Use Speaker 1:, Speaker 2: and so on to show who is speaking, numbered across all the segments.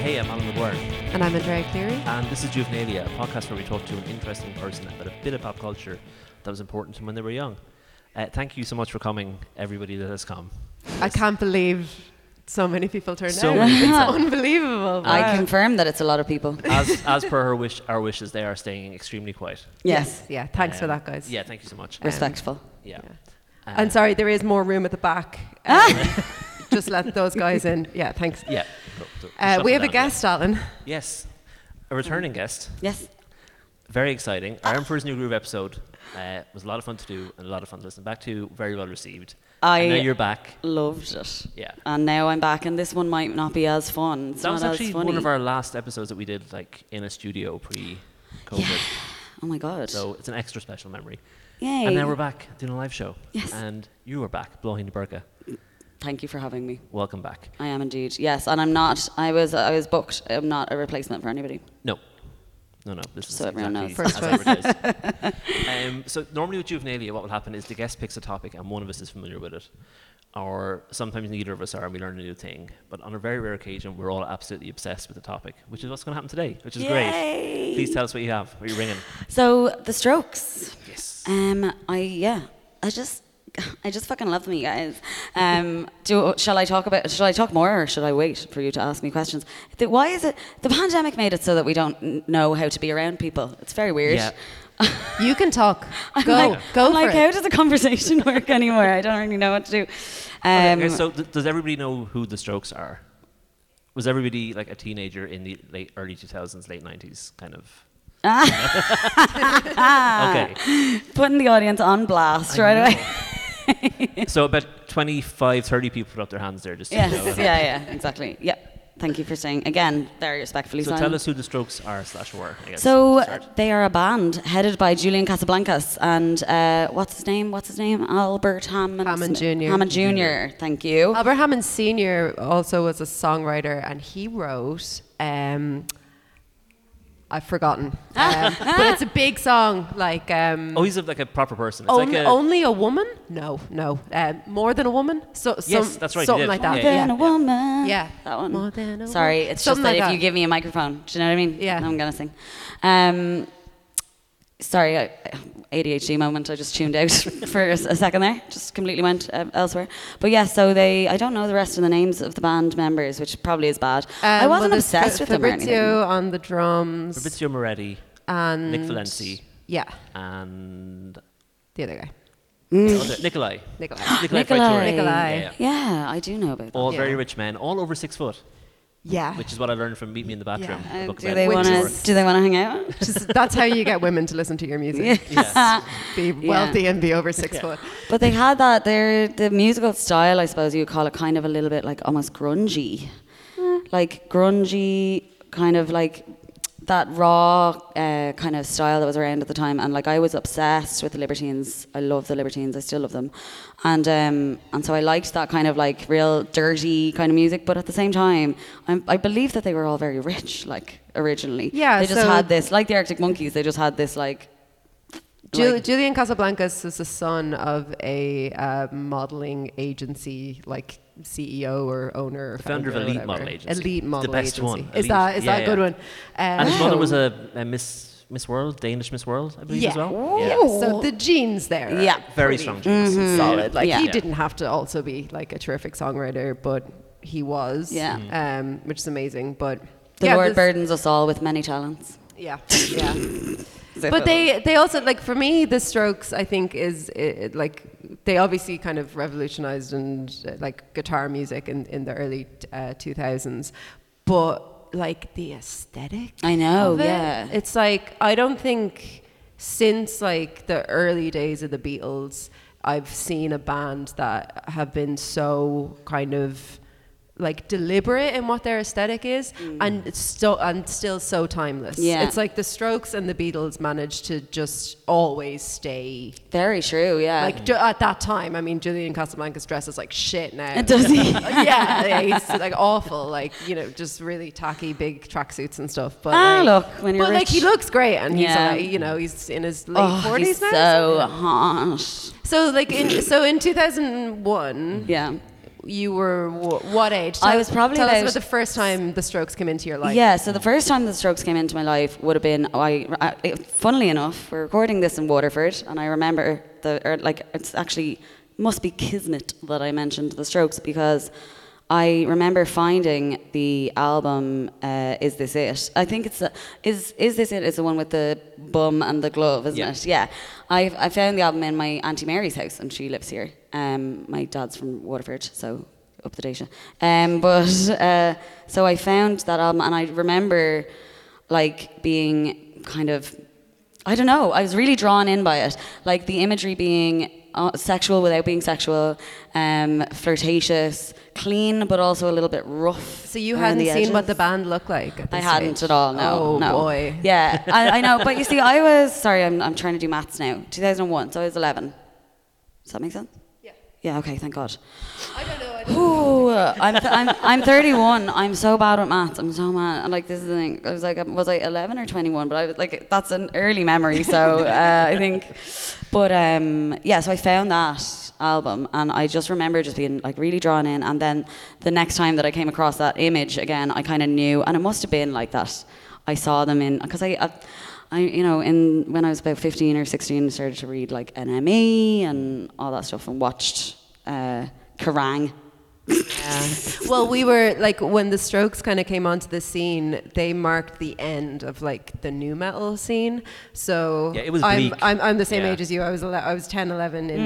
Speaker 1: Stewart,
Speaker 2: And I'm Andrea Cleary.
Speaker 1: and this is Juvenalia, a podcast where we talk to an interesting person about a bit of pop culture that was important to them when they were young. Uh, thank you so much for coming, everybody that has come.
Speaker 2: I can't believe so many people turned
Speaker 1: So
Speaker 2: out.
Speaker 1: many
Speaker 2: It's
Speaker 1: people.
Speaker 2: unbelievable.
Speaker 3: I
Speaker 2: Wow.
Speaker 3: confirm that it's a lot of people.
Speaker 1: As, as per her wish, our wishes, they are staying extremely quiet.
Speaker 3: Yes.
Speaker 2: Yeah. Thanks for
Speaker 1: Um,
Speaker 2: that, guys.
Speaker 1: Yeah, thank you so much.
Speaker 2: Um,
Speaker 3: Respectful.
Speaker 1: Yeah.
Speaker 2: yeah.
Speaker 1: Uh,
Speaker 2: And sorry, there is more room at the back. Um, just let those guys in. Yeah. Thanks.
Speaker 1: Yeah. cool, so
Speaker 2: Uh,
Speaker 1: shut
Speaker 2: we
Speaker 1: it
Speaker 2: have a
Speaker 1: down, yeah.
Speaker 2: guest, Alan.
Speaker 1: Yes, a returning guest.
Speaker 3: Yes.
Speaker 1: Very exciting. Our Emperor's New Groove episode uh, was a lot of fun to do and a lot of fun to listen back to. Very well received. and now
Speaker 3: I-
Speaker 1: you're back.
Speaker 3: Loved it.
Speaker 1: Yeah.
Speaker 3: And now I'm back, and this one might not be as fun. It's
Speaker 1: that
Speaker 3: not
Speaker 1: was
Speaker 3: as
Speaker 1: actually
Speaker 3: funny.
Speaker 1: one of our last episodes that we did like in a studio pre COVID.
Speaker 3: Oh my god.
Speaker 1: So it's an extra special memory.
Speaker 3: Yay.
Speaker 1: And now we're back doing a live show.
Speaker 3: Yes.
Speaker 1: And you were back, blowing the burqa.
Speaker 3: Thank you for having me.
Speaker 1: Welcome back.
Speaker 3: I am indeed. Yes, and I'm not. I was. I was booked. I'm not a replacement for anybody.
Speaker 1: No. No, no. This
Speaker 3: So
Speaker 1: is
Speaker 3: everyone
Speaker 1: exactly
Speaker 3: knows.
Speaker 2: First
Speaker 1: as advertised. um, so normally with Juvenalia, what will happen is the guest picks a topic and one of us is familiar with it. Or sometimes neither of us are and we learn a new thing. But on a very rare occasion, we're all absolutely obsessed with the topic, which is what's going to happen today, which is great.
Speaker 3: Yay.
Speaker 1: Please tell us what you have, what you're ringing.
Speaker 3: So the Strokes.
Speaker 1: Yes.
Speaker 3: Um, I yeah, I just, I just fucking love them, you guys. Um, do shall I talk about? Shall I talk more, or should I wait for you to ask me questions? The, why is it the pandemic made it so that we don't n- know how to be around people? It's very weird.
Speaker 1: Yeah.
Speaker 2: You can talk. Go.
Speaker 3: like,
Speaker 2: go for
Speaker 3: I'm like,
Speaker 2: it.
Speaker 3: how does a conversation work anymore? I don't really know what to do. Um,
Speaker 1: Okay, so th- does everybody know who the Strokes are? Was everybody like a teenager in the late early 2000s, late 90s, kind of? okay,
Speaker 3: putting the audience on blast right away.
Speaker 1: so about 25, 30 people put up their hands there just to know. uh,
Speaker 3: yes, yeah, yeah, exactly. Yeah. Thank you for saying again, very respectfully.
Speaker 1: So
Speaker 3: Simon.
Speaker 1: tell us who the Strokes are slash were. I guess.
Speaker 3: So
Speaker 1: Start.
Speaker 3: they are a band headed by Julian Casablancas and uh, what's his name? What's his name? Albert Hammond.
Speaker 2: Hammond
Speaker 3: Smith-
Speaker 2: Jr..
Speaker 3: Hammond Jr. Thank you.
Speaker 2: Albert Hammond Sr. also was a songwriter, and he wrote. Um, I've forgotten, um, but it's a big song. Like, um,
Speaker 1: oh, he's a, like a proper person. It's
Speaker 2: on-
Speaker 1: like a,
Speaker 2: only a woman? No, no, um, more than a woman. So,
Speaker 1: Yes,
Speaker 2: some-
Speaker 1: that's right, he
Speaker 2: Something
Speaker 1: did.
Speaker 2: like
Speaker 1: Yeah,
Speaker 2: that.
Speaker 3: More than
Speaker 2: yeah.
Speaker 3: a woman.
Speaker 2: Yeah.
Speaker 3: That one.
Speaker 2: More than a
Speaker 3: Sorry,
Speaker 2: woman.
Speaker 3: it's
Speaker 2: Something
Speaker 3: just that
Speaker 2: like
Speaker 3: if
Speaker 2: that.
Speaker 3: you give me a microphone, do you know what I mean?
Speaker 2: Yeah.
Speaker 3: I'm gonna sing. Um, sorry, I, ADHD moment. I just tuned out for a s- a second there. Just completely went um, elsewhere. But yeah, so they. I don't know the rest of the names of the band members, which probably is bad. I
Speaker 2: Um, well,
Speaker 3: wasn't
Speaker 2: there's
Speaker 3: obsessed
Speaker 2: Fa-
Speaker 3: with them or
Speaker 2: Fabrizio
Speaker 3: anything.
Speaker 2: on the drums.
Speaker 1: Fabrizio Moretti,
Speaker 2: and
Speaker 1: Nick Valenci,
Speaker 2: Yeah,
Speaker 1: and
Speaker 2: the other guy.
Speaker 1: the other- Nikolai.
Speaker 2: Nikolai.
Speaker 1: Nikolai.
Speaker 3: Mm. Nikolai.
Speaker 1: Fritori.
Speaker 2: Nikolai.
Speaker 1: Yeah, yeah.
Speaker 3: Yeah, I do know about that.
Speaker 1: All
Speaker 2: Yeah.
Speaker 1: very rich men, all over six foot,
Speaker 2: Yeah.
Speaker 1: which is what I learned from Meet Me in the Bathroom.
Speaker 2: Yeah.
Speaker 1: the
Speaker 3: Uh,
Speaker 1: book
Speaker 3: do
Speaker 1: about
Speaker 3: they
Speaker 1: Nick
Speaker 2: Which
Speaker 3: want to?
Speaker 1: Lawrence.
Speaker 3: Do they want to hang out?
Speaker 2: Just- that's how you get women to listen to your music.
Speaker 1: Yes.
Speaker 2: Be wealthy and be over six
Speaker 1: Yeah.
Speaker 2: foot.
Speaker 3: But they had that. Their the musical style, I suppose you would call it, kind of a little bit like almost grungy,
Speaker 2: Mm.
Speaker 3: like grungy kind of like that raw uh, kind of style that was around at the time. And like I was obsessed with the Libertines. I love the Libertines. I still love them. And um, and so I liked that kind of like real dirty kind of music. But at the same time, i I believe that they were all very rich, like originally.
Speaker 2: Yeah,
Speaker 3: They just
Speaker 2: so-
Speaker 3: had this, like the Arctic Monkeys. They just had this like.
Speaker 2: Jul-
Speaker 3: like-
Speaker 2: Julian Casablancas is the son of a uh, modeling agency, like CEO or owner. Or
Speaker 1: The founder of
Speaker 2: or
Speaker 1: Elite
Speaker 2: whatever.
Speaker 1: Model Agency.
Speaker 2: Elite
Speaker 1: The
Speaker 2: model
Speaker 1: best
Speaker 2: agency.
Speaker 1: one.
Speaker 2: Is
Speaker 1: Elite.
Speaker 2: that is
Speaker 1: Yeah,
Speaker 2: that a good
Speaker 1: yeah.
Speaker 2: one?
Speaker 1: And his
Speaker 2: Um,
Speaker 1: mother was a, a Miss Miss World, Danish Miss World, I believe
Speaker 2: yeah.
Speaker 1: as well.
Speaker 2: yeah. So the genes there. are
Speaker 3: Yeah.
Speaker 1: Very
Speaker 2: pretty
Speaker 1: strong genes.
Speaker 2: Solid. Mm-hmm. Like
Speaker 3: Yeah.
Speaker 2: he
Speaker 3: Yeah.
Speaker 2: didn't have to also be like a terrific songwriter, but he was.
Speaker 3: Yeah.
Speaker 1: Hmm.
Speaker 2: Um, which is amazing. But
Speaker 3: The
Speaker 2: yeah,
Speaker 3: Lord
Speaker 2: this-
Speaker 3: burdens us all with many talents.
Speaker 2: Yeah. Yeah. but they they also like for me the strokes i think is uh, like they obviously kind of revolutionized and uh, like guitar music in, in the early uh, 2000s but like the aesthetic
Speaker 3: I know,
Speaker 2: of it,
Speaker 3: yeah.
Speaker 2: it's like i don't think since like the early days of the beatles i've seen a band that have been so kind of like deliberate in what their aesthetic is and it's still and still so timeless
Speaker 3: Mm. Yeah.
Speaker 2: it's like the strokes and the beatles managed to just always stay
Speaker 3: Very true, yeah.
Speaker 2: like ju- at that time i mean julian casablancas dresses like shit now
Speaker 3: it does he?
Speaker 2: yeah, yeah, he's like awful, like you know, just really tacky big tracksuits and stuff. But
Speaker 3: Ah,
Speaker 2: like,
Speaker 3: look, when you're
Speaker 2: but like
Speaker 3: rich.
Speaker 2: he looks great, and he's
Speaker 3: Yeah.
Speaker 2: like, you know, he's in his late
Speaker 3: oh,
Speaker 2: forties
Speaker 3: he's
Speaker 2: now.
Speaker 3: so hot.
Speaker 2: so like in so in two thousand one,
Speaker 3: Yeah.
Speaker 2: you were wh- what age?
Speaker 3: I was probably
Speaker 2: tell us
Speaker 3: about-
Speaker 2: about the first time the Strokes came into your life.
Speaker 3: yeah, so the first time the Strokes came into my life would have been I. I funnily enough, we're recording this in Waterford, and I remember the or like it's actually must be kismet that I mentioned the Strokes because I remember finding the album uh, "Is This It." I think it's the, is is this it is the one with the bum and the glove, isn't
Speaker 1: Yeah.
Speaker 3: it? Yeah, I I found the album in my auntie Mary's house, and she lives here. Um, my dad's from Waterford, so up to date. Um, but uh, so I found that album, and I remember like being kind of, I don't know, I was really drawn in by it. Like the imagery being uh, sexual without being sexual, um, flirtatious, clean, but also a little bit rough.
Speaker 2: So you
Speaker 3: around
Speaker 2: hadn't
Speaker 3: the
Speaker 2: seen what
Speaker 3: edges.
Speaker 2: the band looked like. At
Speaker 3: I
Speaker 2: this
Speaker 3: hadn't
Speaker 2: stage?
Speaker 3: at all. No.
Speaker 2: Oh
Speaker 3: no.
Speaker 2: boy.
Speaker 3: Yeah, I, I know. But you see, I was sorry. I'm, I'm trying to do maths now. 2001. So I was 11. Does that make sense?
Speaker 2: Yeah.
Speaker 3: Yeah. Okay. Thank God.
Speaker 2: I don't know. I don't
Speaker 3: Ooh, I'm, I'm, I'm 31. I'm so bad with maths. I'm so mad. And like, this is the thing. I was like, um, was I 11 or 21? But I was like, that's an early memory. So uh, I think, but um, yeah, so I found that album and I just remember just being like really drawn in. And then the next time that I came across that image again, I kind of knew, and it must have been like that. I saw them in, because I, I I, you know, in when I was about 15 or 16, started to read like NME and all that stuff, and watched uh, Kerrang!
Speaker 2: well, we were like when the Strokes kind of came onto the scene, they marked the end of like the new metal scene. So
Speaker 1: Yeah, it was
Speaker 2: I'm,
Speaker 1: bleak.
Speaker 2: I'm I'm the same
Speaker 1: Yeah.
Speaker 2: age as you. I was ele- I was 10, 11 in,
Speaker 3: Hmm.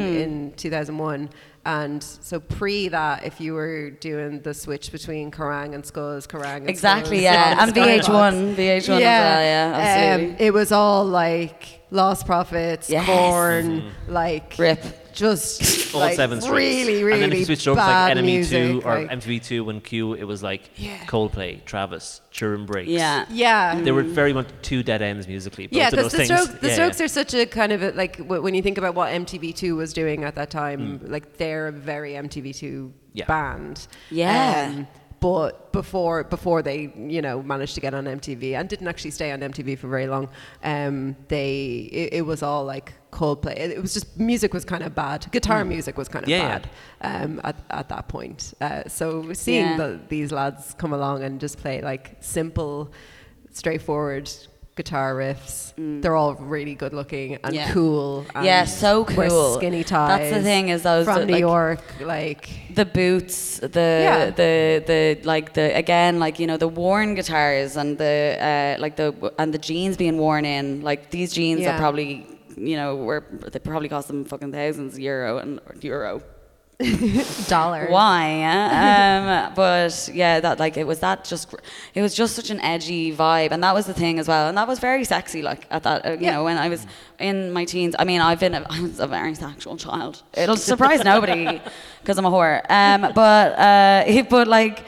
Speaker 2: in 2001. And so pre that, if you were doing the switch between Kerrang and Skulls, Kerrang and
Speaker 3: Exactly,
Speaker 2: Skulls
Speaker 3: yeah.
Speaker 2: on
Speaker 3: And
Speaker 2: Skybox.
Speaker 3: VH1, VH1 as well, yeah, um, absolutely.
Speaker 2: it was all like Lost Prophets,
Speaker 3: Yes.
Speaker 2: Corn,
Speaker 1: Mm-hmm.
Speaker 2: like
Speaker 3: Rip.
Speaker 2: just
Speaker 1: all
Speaker 2: like,
Speaker 1: seven streets.
Speaker 2: really, really
Speaker 1: and then if you switched over to
Speaker 2: bad
Speaker 1: like Enemy
Speaker 2: music,
Speaker 1: Two or
Speaker 2: like-
Speaker 1: MTV Two when Q, it was like
Speaker 2: Yeah.
Speaker 1: Coldplay, Travis, Turin Breaks.
Speaker 3: Yeah.
Speaker 2: Yeah. Mm.
Speaker 1: They were very much two dead ends musically. Both
Speaker 2: Yeah,
Speaker 1: of
Speaker 2: because
Speaker 1: those
Speaker 2: the,
Speaker 1: things.
Speaker 2: strokes, the
Speaker 1: Yeah,
Speaker 2: Strokes
Speaker 1: yeah.
Speaker 2: are such a kind of a, like w- when you think about what MTV2 was doing at that time, like they're a very MTV2
Speaker 1: Mm. Yeah.
Speaker 2: band. Um,
Speaker 3: Yeah.
Speaker 2: but before before they you know managed to get on MTV and didn't actually stay on MTV for very long, um, they it, it was all like Coldplay. It, it was just music was kind of bad. Guitar music was kind of
Speaker 1: Mm. Yeah, yeah.
Speaker 2: bad um, at, at that point. Uh, so seeing
Speaker 3: Yeah.
Speaker 2: the, these lads come along and just play like simple, straightforward guitar riffs, they're all really good looking and
Speaker 3: Mm. Yeah.
Speaker 2: cool. And
Speaker 3: Yeah, so
Speaker 2: wear
Speaker 3: cool.
Speaker 2: skinny
Speaker 3: That's
Speaker 2: ties.
Speaker 3: the thing is those
Speaker 2: from
Speaker 3: that,
Speaker 2: New
Speaker 3: like-
Speaker 2: York, like
Speaker 3: The boots, the
Speaker 2: Yeah.
Speaker 3: the the like the again like you know the worn guitars and the uh, like the and the jeans being worn in like these jeans
Speaker 2: Yeah.
Speaker 3: that probably you know were they probably cost them fucking thousands of euro and euro
Speaker 2: dollar.
Speaker 3: why eh? um, but yeah that like it was that just gr- it was just such an edgy vibe and that was the thing as well and that was very sexy like at that uh, you
Speaker 2: Yeah.
Speaker 3: know when i was in my teens i mean i've been a, i was a very sexual child it'll surprise nobody because i'm a whore um, but uh, but like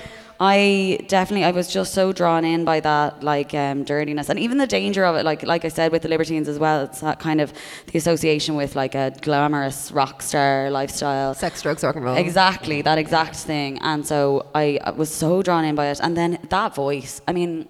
Speaker 3: I definitely I was just so drawn in by that like um, dirtiness and even the danger of it like like I said with the libertines as well it's that kind of the association with like a glamorous rock star lifestyle
Speaker 2: Sex, drugs, rock and roll.
Speaker 3: Exactly, that exact thing. And so I I was so drawn in by it. And then that voice, I mean,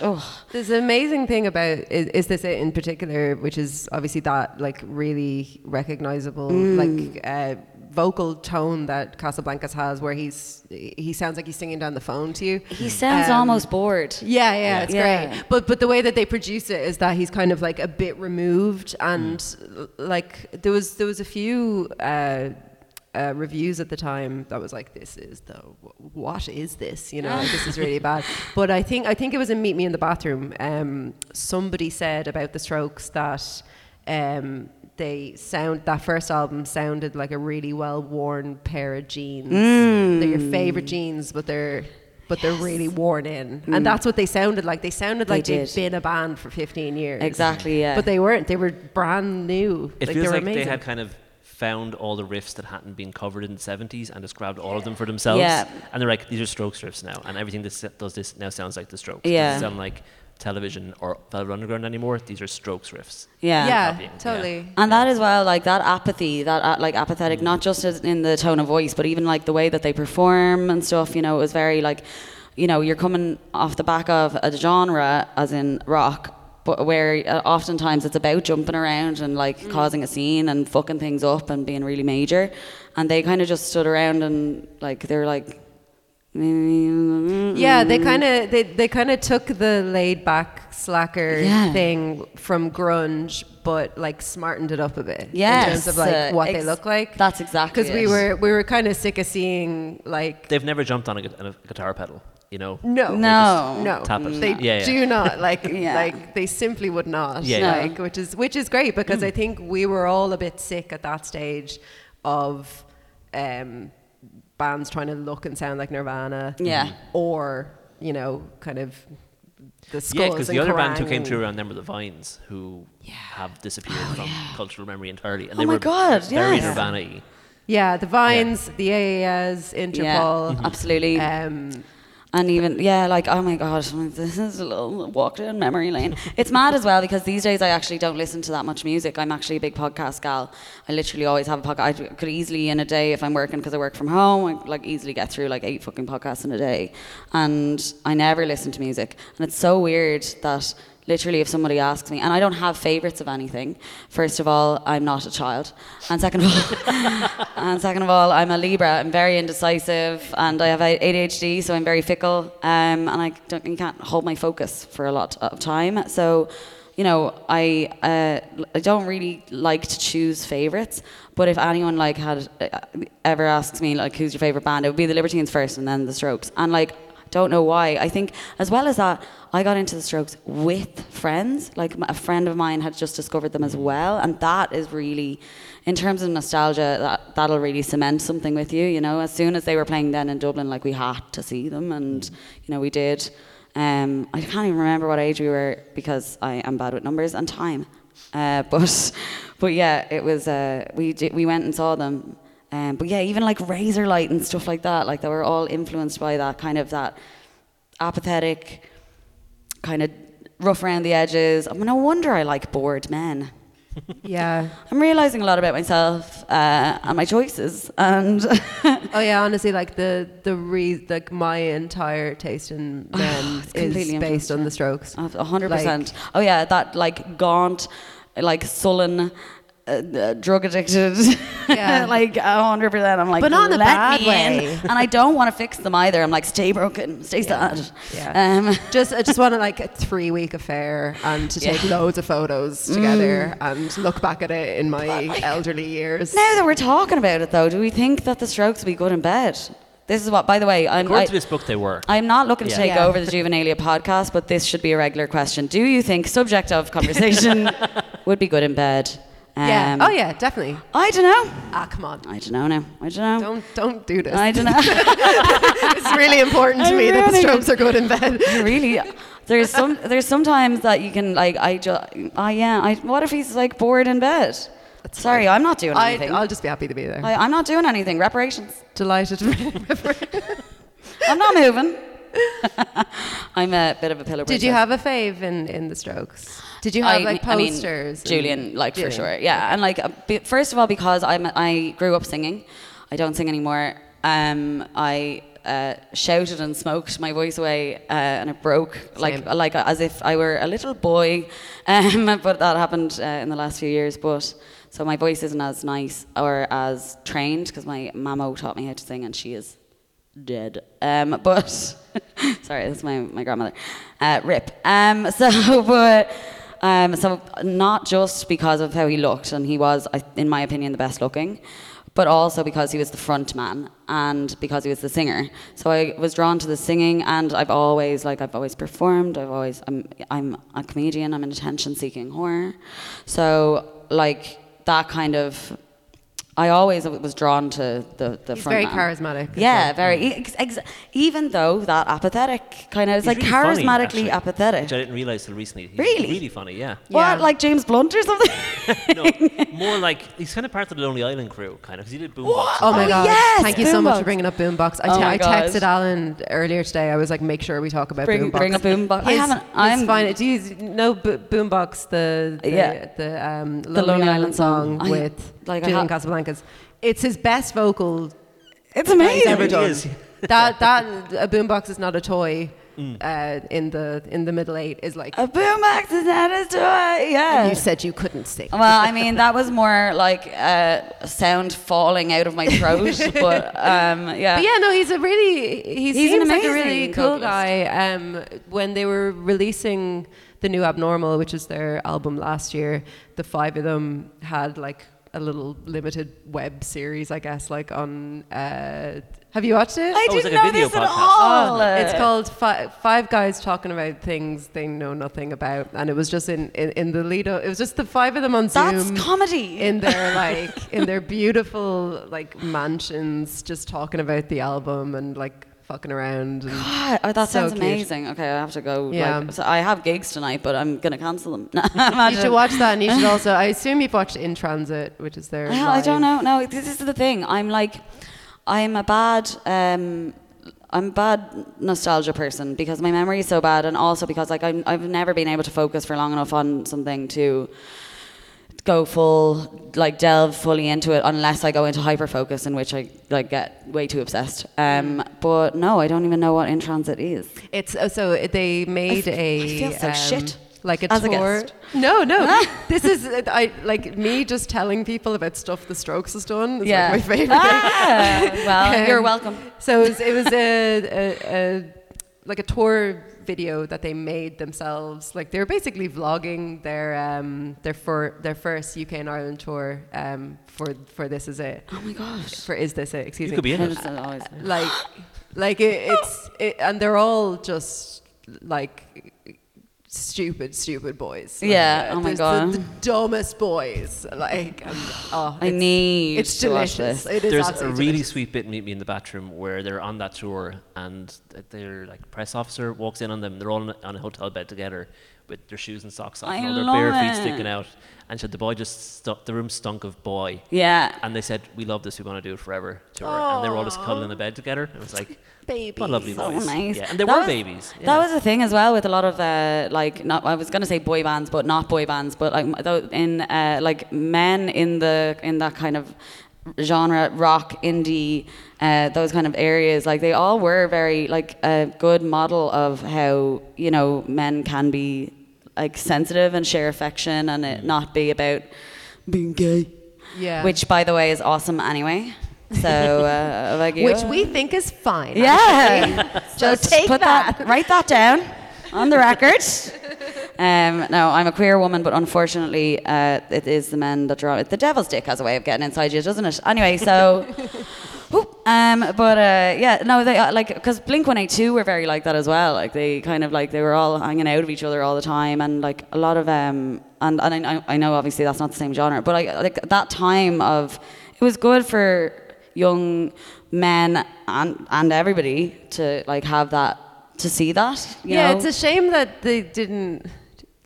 Speaker 3: oh,
Speaker 2: There's an amazing thing about is, is this it in particular, which is obviously that like really recognizable
Speaker 3: Mm.
Speaker 2: like uh, vocal tone that Casablancas has, where he's he sounds like he's singing down the phone to you.
Speaker 3: he sounds
Speaker 2: Um,
Speaker 3: almost bored.
Speaker 2: Yeah, yeah, it's
Speaker 3: Yeah.
Speaker 2: great. But but the way that they produce it is that he's kind of like a bit removed, and l- like there was there was a few uh, uh, reviews at the time that was like, this is the what is this? You know, like, this is really bad. But I think I think it was in Meet Me in the Bathroom. Um, somebody said about the Strokes that. Um, they sound that first album sounded like a really well worn pair of jeans. They're your favorite jeans, but they're but they're really worn in, and that's what they sounded like. They sounded
Speaker 3: They
Speaker 2: like they had
Speaker 3: did.
Speaker 2: been a band for 15 years.
Speaker 3: Exactly, yeah.
Speaker 2: But they weren't. They were brand new.
Speaker 1: It
Speaker 2: like
Speaker 1: feels
Speaker 2: they were
Speaker 1: like
Speaker 2: amazing.
Speaker 1: they had kind of found all the riffs that hadn't been covered in the 70s and just grabbed all of them for themselves.
Speaker 3: Yeah.
Speaker 1: And they're like, these are Strokes riffs now. And everything that s- does this now sounds like the Strokes. It
Speaker 3: Yeah.
Speaker 1: doesn't sound like television or Velvet Underground anymore. These are Strokes riffs.
Speaker 3: Yeah.
Speaker 2: yeah,
Speaker 1: copying, yeah.
Speaker 2: totally.
Speaker 3: And that as well, like that apathy, that uh, like apathetic, not just as in the tone of voice, but even like the way that they perform and stuff. You know, it was very like, you know, you're coming off the back of a genre, as in rock, but where uh, oftentimes it's about jumping around and like causing a scene and fucking things up and being really major. And they kind of just stood around and like they were like,
Speaker 2: Yeah, they kind of they, they kind of took the laid back slacker
Speaker 3: Yeah.
Speaker 2: thing from grunge, but like smartened it up a bit. in terms of
Speaker 3: Yes,
Speaker 2: like
Speaker 3: uh,
Speaker 2: what they
Speaker 3: ex-
Speaker 2: look like.
Speaker 3: that's exactly
Speaker 2: because we
Speaker 3: it.
Speaker 2: were we were kind of sick of seeing like
Speaker 1: They've never jumped on a, gu- on a guitar pedal, you know?
Speaker 2: no
Speaker 3: No.
Speaker 2: no
Speaker 1: Tap it.
Speaker 2: they
Speaker 1: Yeah, yeah.
Speaker 2: do not like
Speaker 3: Oh, Yeah.
Speaker 2: like they simply would not
Speaker 1: Yeah, Mm. yeah.
Speaker 2: like which is which is great because I think we were all a bit sick at that stage of um, bands trying to look and sound like Nirvana
Speaker 3: Yeah.
Speaker 2: or you know kind of the skulls
Speaker 1: Mm-hmm. Yeah, because
Speaker 2: and
Speaker 1: the other band who
Speaker 2: Kerrang
Speaker 1: came
Speaker 2: and-
Speaker 1: through around them were the Vines, who have disappeared from cultural memory entirely. And
Speaker 3: Oh my
Speaker 1: were
Speaker 3: God,
Speaker 1: very
Speaker 3: yes.
Speaker 1: Nirvana-y.
Speaker 2: yeah the Vines the AAS Interpol
Speaker 3: yeah, Mm-hmm. absolutely.
Speaker 2: um,
Speaker 3: And even yeah, like oh my god, this is a little walk down memory lane. It's mad as well because these days I actually don't listen to that much music. I'm actually a big podcast gal. I literally always have a podcast. I could easily in a day if I'm working because I work from home, I like easily get through like eight fucking podcasts in a day. And I never listen to music. And it's so weird that literally if somebody asks me and i don't have favorites of anything first of all i'm not a child and second of all and second of all i'm a libra i'm very indecisive and i have adhd so i'm very fickle um, and i don't, and can't hold my focus for a lot of time so you know i uh, i don't really like to choose favorites but if anyone like had uh, ever asks me like who's your favorite band it would be the libertines first and then the strokes and like don't know why. I think, as well as that, I got into the strokes with friends. Like, m- a friend of mine had just discovered them as well. And that is really, in terms of nostalgia, that, that'll really cement something with you. You know, as soon as they were playing then in Dublin, like, we had to see them. And, you know, we did. Um, I can't even remember what age we were because I am bad with numbers and time. Uh, but, but yeah, it was, uh, we, did, we went and saw them. Um, but yeah, even like razor light and stuff like that, like they were all influenced by that kind of that apathetic, kind of rough around the edges. I mean, no wonder I like bored men.
Speaker 2: yeah
Speaker 3: I'm realizing a lot about myself uh, and my choices, and
Speaker 2: Oh yeah, honestly, like the the re like my entire taste in men
Speaker 3: Oh, It's
Speaker 2: is
Speaker 3: completely
Speaker 2: based on the Strokes.
Speaker 3: A hundred
Speaker 2: Like-
Speaker 3: percent. Oh yeah, that like gaunt, like sullen. Uh, uh, drug addicted,
Speaker 2: Yeah.
Speaker 3: like a hundred percent. I'm like,
Speaker 2: But not in a
Speaker 3: Let
Speaker 2: bad
Speaker 3: me
Speaker 2: way."
Speaker 3: in. and I don't want to fix them either. I'm like, stay broken, stay sad.
Speaker 2: Yeah.
Speaker 3: Um,
Speaker 2: Just I just want to like a three week affair and to take loads of photos together
Speaker 3: Mm.
Speaker 2: and look back at it in my elderly years.
Speaker 3: Now that we're talking about it, though, do we think that the Strokes will be good in bed? This is what, by the way, I'm.
Speaker 1: According
Speaker 3: I,
Speaker 1: to this book, they were.
Speaker 3: I'm not looking
Speaker 1: Yeah.
Speaker 3: to take
Speaker 2: Yeah.
Speaker 3: over the Juvenilia podcast, but this should be a regular question. Do you think subject of conversation would be good in bed?
Speaker 2: yeah.
Speaker 3: Um,
Speaker 2: Oh yeah, definitely.
Speaker 3: I don't know.
Speaker 2: Ah, come on.
Speaker 3: I don't know now. I don't know.
Speaker 2: Don't don't do this.
Speaker 3: I don't know.
Speaker 2: it's really important to
Speaker 3: I'm
Speaker 2: me that the
Speaker 3: ruining
Speaker 2: Strokes are good in bed.
Speaker 3: really there's some there's sometimes that you can like I just oh yeah I what if he's like bored in bed? Sorry, I'm not doing
Speaker 2: I, uh,
Speaker 3: anything. I,
Speaker 2: I'll just be happy to be there.
Speaker 3: I'm not doing anything. Reparations.
Speaker 2: Delighted.
Speaker 3: I'm not moving. I'm a bit of a pillow.
Speaker 2: Did you have
Speaker 3: princess.
Speaker 2: a fave in in the Strokes? Did you have
Speaker 3: I-
Speaker 2: like
Speaker 3: I mean,
Speaker 2: posters? and-
Speaker 3: Julian, like
Speaker 2: Julian.
Speaker 3: for sure, yeah. And like, a bi- first of all, because I'm, I grew up singing. I don't sing anymore. Um, I uh, shouted and smoked my voice away, uh, and it broke like
Speaker 2: Same.
Speaker 3: like as if I were a little boy. Um, but that happened uh, in the last few years. But so my voice isn't as nice or as trained because my mamo taught me how to sing, and she is dead. Um, but sorry, that's my, my grandmother. Uh, rip. Um, so, but um, so not just because of how he looked, and he was, I- in my opinion, the best looking, but also because he was the front man and because he was the singer. So I was drawn to the singing, and I've always like I've always performed. I've always I'm I'm a comedian. I'm an attention-seeking whore. So like that kind of. I always was drawn to the, the
Speaker 2: He's
Speaker 3: front
Speaker 2: very
Speaker 3: man.
Speaker 2: charismatic as
Speaker 3: Yeah,
Speaker 2: well.
Speaker 3: very. e- Ex- ex- even though that apathetic kind of, it's
Speaker 1: He's
Speaker 3: like
Speaker 1: really funny,
Speaker 3: charismatically
Speaker 1: actually,
Speaker 3: apathetic.
Speaker 1: Which I didn't realize till recently. He's
Speaker 3: Really?
Speaker 1: Really funny, yeah.
Speaker 2: Yeah.
Speaker 3: What, like James Blunt or something?
Speaker 1: No, more like he's kind of part of the Lonely Island crew, kind of. Because he did Boombox.
Speaker 2: Oh my
Speaker 3: Oh,
Speaker 2: god!
Speaker 3: yes,
Speaker 2: Thank you so much for
Speaker 3: Boombox.
Speaker 2: bringing up Boombox. I,
Speaker 3: Oh
Speaker 2: te-
Speaker 3: my
Speaker 2: I
Speaker 3: God.
Speaker 2: texted Alan earlier today. I was like, make sure we talk about
Speaker 3: Bring-
Speaker 2: Boombox.
Speaker 3: bring up Boombox. I
Speaker 2: His-
Speaker 3: haven't-
Speaker 2: his
Speaker 3: I'm-
Speaker 2: fine. Do you know Bo- Boombox? The, the
Speaker 3: Yeah.
Speaker 2: the um
Speaker 3: The
Speaker 2: Lonely Island song
Speaker 3: I-
Speaker 2: with
Speaker 3: like, I
Speaker 2: Julian
Speaker 3: ha-
Speaker 2: Casablancas. It's his best vocal
Speaker 3: It's
Speaker 2: he's
Speaker 3: amazing.
Speaker 2: ever
Speaker 1: It
Speaker 2: done.
Speaker 1: is.
Speaker 2: that that a Boombox is not a toy.
Speaker 1: Mm.
Speaker 2: uh, in the in the middle eight is like
Speaker 3: A boom axe is not as do I. Yeah.
Speaker 2: you said you couldn't sing.
Speaker 3: Well, I mean, that was more like uh, sound falling out of my throat. but um, yeah.
Speaker 2: But yeah, no, he's a really he
Speaker 3: He's an
Speaker 2: seems like a
Speaker 3: amazing
Speaker 2: really cool
Speaker 3: vocalist.
Speaker 2: guy. Um, when they were releasing the new Abnormal, which is their album last year, the five of them had like a little limited web series, I guess. Like on, uh, have you watched it?
Speaker 3: I
Speaker 2: Oh,
Speaker 1: it's like
Speaker 3: didn't
Speaker 1: a
Speaker 3: know
Speaker 1: video
Speaker 3: this at
Speaker 1: podcast. Oh,
Speaker 3: all.
Speaker 2: it's called Fi- Five Guys Talking About Things They Know Nothing About, and it was just in, in, in the lead. Up, it was just the five of them on
Speaker 3: That's
Speaker 2: Zoom
Speaker 3: comedy.
Speaker 2: in their like in their beautiful like mansions, just talking about the album and like fucking around. And
Speaker 3: God, oh, that
Speaker 2: So
Speaker 3: sounds
Speaker 2: cute.
Speaker 3: amazing. Okay, I have to go.
Speaker 2: Yeah.
Speaker 3: Like, so I have gigs tonight, but I'm gonna cancel them.
Speaker 2: you
Speaker 3: Imagine.
Speaker 2: should watch that, and you should also. I assume you've watched In Transit, which is their.
Speaker 3: I, I don't
Speaker 2: live-
Speaker 3: know. No, this is the thing. I'm like, I'm a bad, um, I'm a bad nostalgia person because my memory is so bad, and also because like I'm, I've never been able to focus for long enough on something to go full, like delve fully into it, unless I go into hyper focus, in which I like get way too obsessed. Um, but no, I don't even know what in transit is.
Speaker 2: It's uh, so it- they made
Speaker 3: I f-
Speaker 2: a um,
Speaker 3: I feel so shit
Speaker 2: Like a
Speaker 3: as a
Speaker 2: tour.
Speaker 3: guest.
Speaker 2: No, no. this is I like me just telling people about stuff the Strokes has done. Is yeah. my favorite.
Speaker 3: Ah, well,
Speaker 2: Um,
Speaker 3: you're welcome.
Speaker 2: So it was, it was a, a, a like a tour video that they made themselves. Like they were basically vlogging their um, their for their first UK and Ireland tour um, for for this is it
Speaker 3: Oh my gosh.
Speaker 2: for is this it? Excuse
Speaker 1: You
Speaker 2: me.
Speaker 1: could be in it.
Speaker 2: like like it, it's it, and they're all just like stupid stupid boys Like,
Speaker 3: Yeah,
Speaker 2: uh,
Speaker 3: oh my
Speaker 2: there's the-
Speaker 3: God.
Speaker 2: the, dumbest boys like and, oh,
Speaker 3: I
Speaker 2: it's-
Speaker 3: need
Speaker 2: it's
Speaker 3: to watch
Speaker 2: delicious
Speaker 3: this.
Speaker 2: it is
Speaker 1: There's a
Speaker 2: absolutely
Speaker 1: really
Speaker 2: delicious.
Speaker 1: sweet bit in Meet Me in the Bathroom where they're on that tour and th- their like press officer walks in on them. They're all on a, on a hotel bed together with their shoes and socks off
Speaker 3: I
Speaker 1: and all their
Speaker 3: love
Speaker 1: bare
Speaker 3: it.
Speaker 1: feet sticking out. And said the boy just stu- the room stunk of boy.
Speaker 3: Yeah.
Speaker 1: And they said, "We love this. We want to do it forever." To her, and they were all just cuddling in the bed together. It was like, "What lovely
Speaker 3: So
Speaker 1: boys!"
Speaker 3: Oh, nice.
Speaker 1: Yeah, and they
Speaker 3: That
Speaker 1: were
Speaker 3: was-
Speaker 1: babies.
Speaker 3: That
Speaker 1: yeah.
Speaker 3: was the thing as well with a lot of uh, like not I was gonna say boy bands, but not boy bands, but like tho- in uh, like men in the in that kind of genre rock indie uh, those kind of areas like they all were very like a good model of how you know men can be like sensitive and share affection and
Speaker 1: Mm.
Speaker 3: it not be about being gay
Speaker 2: yeah
Speaker 3: which by the way is awesome anyway so uh, like
Speaker 2: which
Speaker 3: yeah.
Speaker 2: we think is fine
Speaker 3: Yeah.
Speaker 2: actually. just take
Speaker 3: put that. write that down on the record. Um, no, I'm a queer woman, but unfortunately, uh, it is the men that draw it. The devil's dick has a way of getting inside you, doesn't it? Anyway, so. Whoop. Um, but uh, yeah, no, they uh, like because Blink One Eight Two were very like that as well. Like they kind of like they were all hanging out of each other all the time, and like a lot of um, and and I, I know obviously that's not the same genre, but like like that time of it was good for young men and and everybody to like have that to see that. You
Speaker 2: yeah
Speaker 3: know?
Speaker 2: it's a shame that they didn't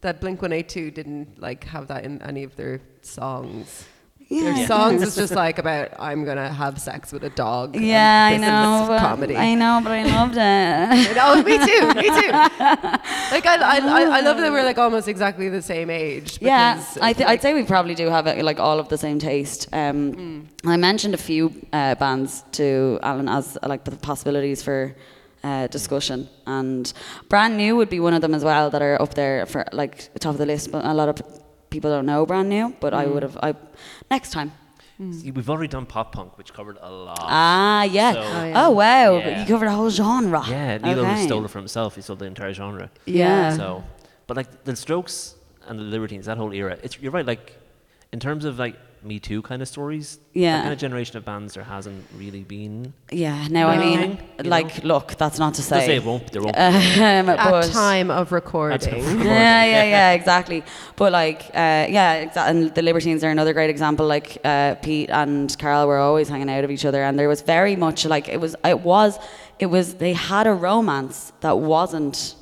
Speaker 2: that blink 182 didn't like have that in any of their songs
Speaker 3: yeah,
Speaker 2: Their
Speaker 3: I
Speaker 2: songs
Speaker 3: guess.
Speaker 2: is just like about I'm gonna have sex with a dog. and
Speaker 3: Yeah, I
Speaker 2: this is
Speaker 3: know. But,
Speaker 2: comedy.
Speaker 3: I know, but I loved it.
Speaker 2: oh, me too. Me too. Like I, I, I, I love that we're like almost exactly the same age.
Speaker 3: Yeah,
Speaker 2: because
Speaker 3: I
Speaker 2: it's
Speaker 3: th-
Speaker 2: like-
Speaker 3: I'd say we probably do have uh, like all of the same taste.
Speaker 1: Mm.
Speaker 3: Um, I mentioned a few uh, bands to Alan as uh, like the possibilities for uh, discussion, and Brand New would be one of them as well that are up there for like top of the list. But a lot of p- people don't know Brand New, but
Speaker 1: Mm.
Speaker 3: I would have. I next time.
Speaker 1: See, we've already done pop punk, which covered a lot.
Speaker 3: Ah, yeah.
Speaker 1: Oh, So-
Speaker 3: oh,
Speaker 1: Oh,
Speaker 2: yeah.
Speaker 3: wow,
Speaker 1: Yeah.
Speaker 3: you covered a whole genre.
Speaker 1: yeah, Lilo
Speaker 3: Okay.
Speaker 1: stole it for himself. He stole the entire genre.
Speaker 3: Yeah.
Speaker 1: So, but like the Strokes and the Libertines, that whole era. It's you're right. Like in terms of like Me Too kind of stories.
Speaker 3: Yeah.
Speaker 1: That kind of generation of bands there hasn't really been.
Speaker 3: Yeah. No, I
Speaker 2: No.
Speaker 3: mean,
Speaker 1: You
Speaker 3: like, look, that's not
Speaker 1: Not to
Speaker 3: to
Speaker 1: say
Speaker 3: say.
Speaker 1: it won't. There won't. be.
Speaker 3: um,
Speaker 2: at
Speaker 3: but-
Speaker 2: time of
Speaker 1: That's
Speaker 2: recording.
Speaker 1: recording,
Speaker 3: yeah, yeah, yeah, exactly. But like, uh, yeah, exa- and the Libertines are another great example. Like uh, Pete and Carl were always hanging out of each other, and there was very much like it was, it was, it was. They had a romance that wasn't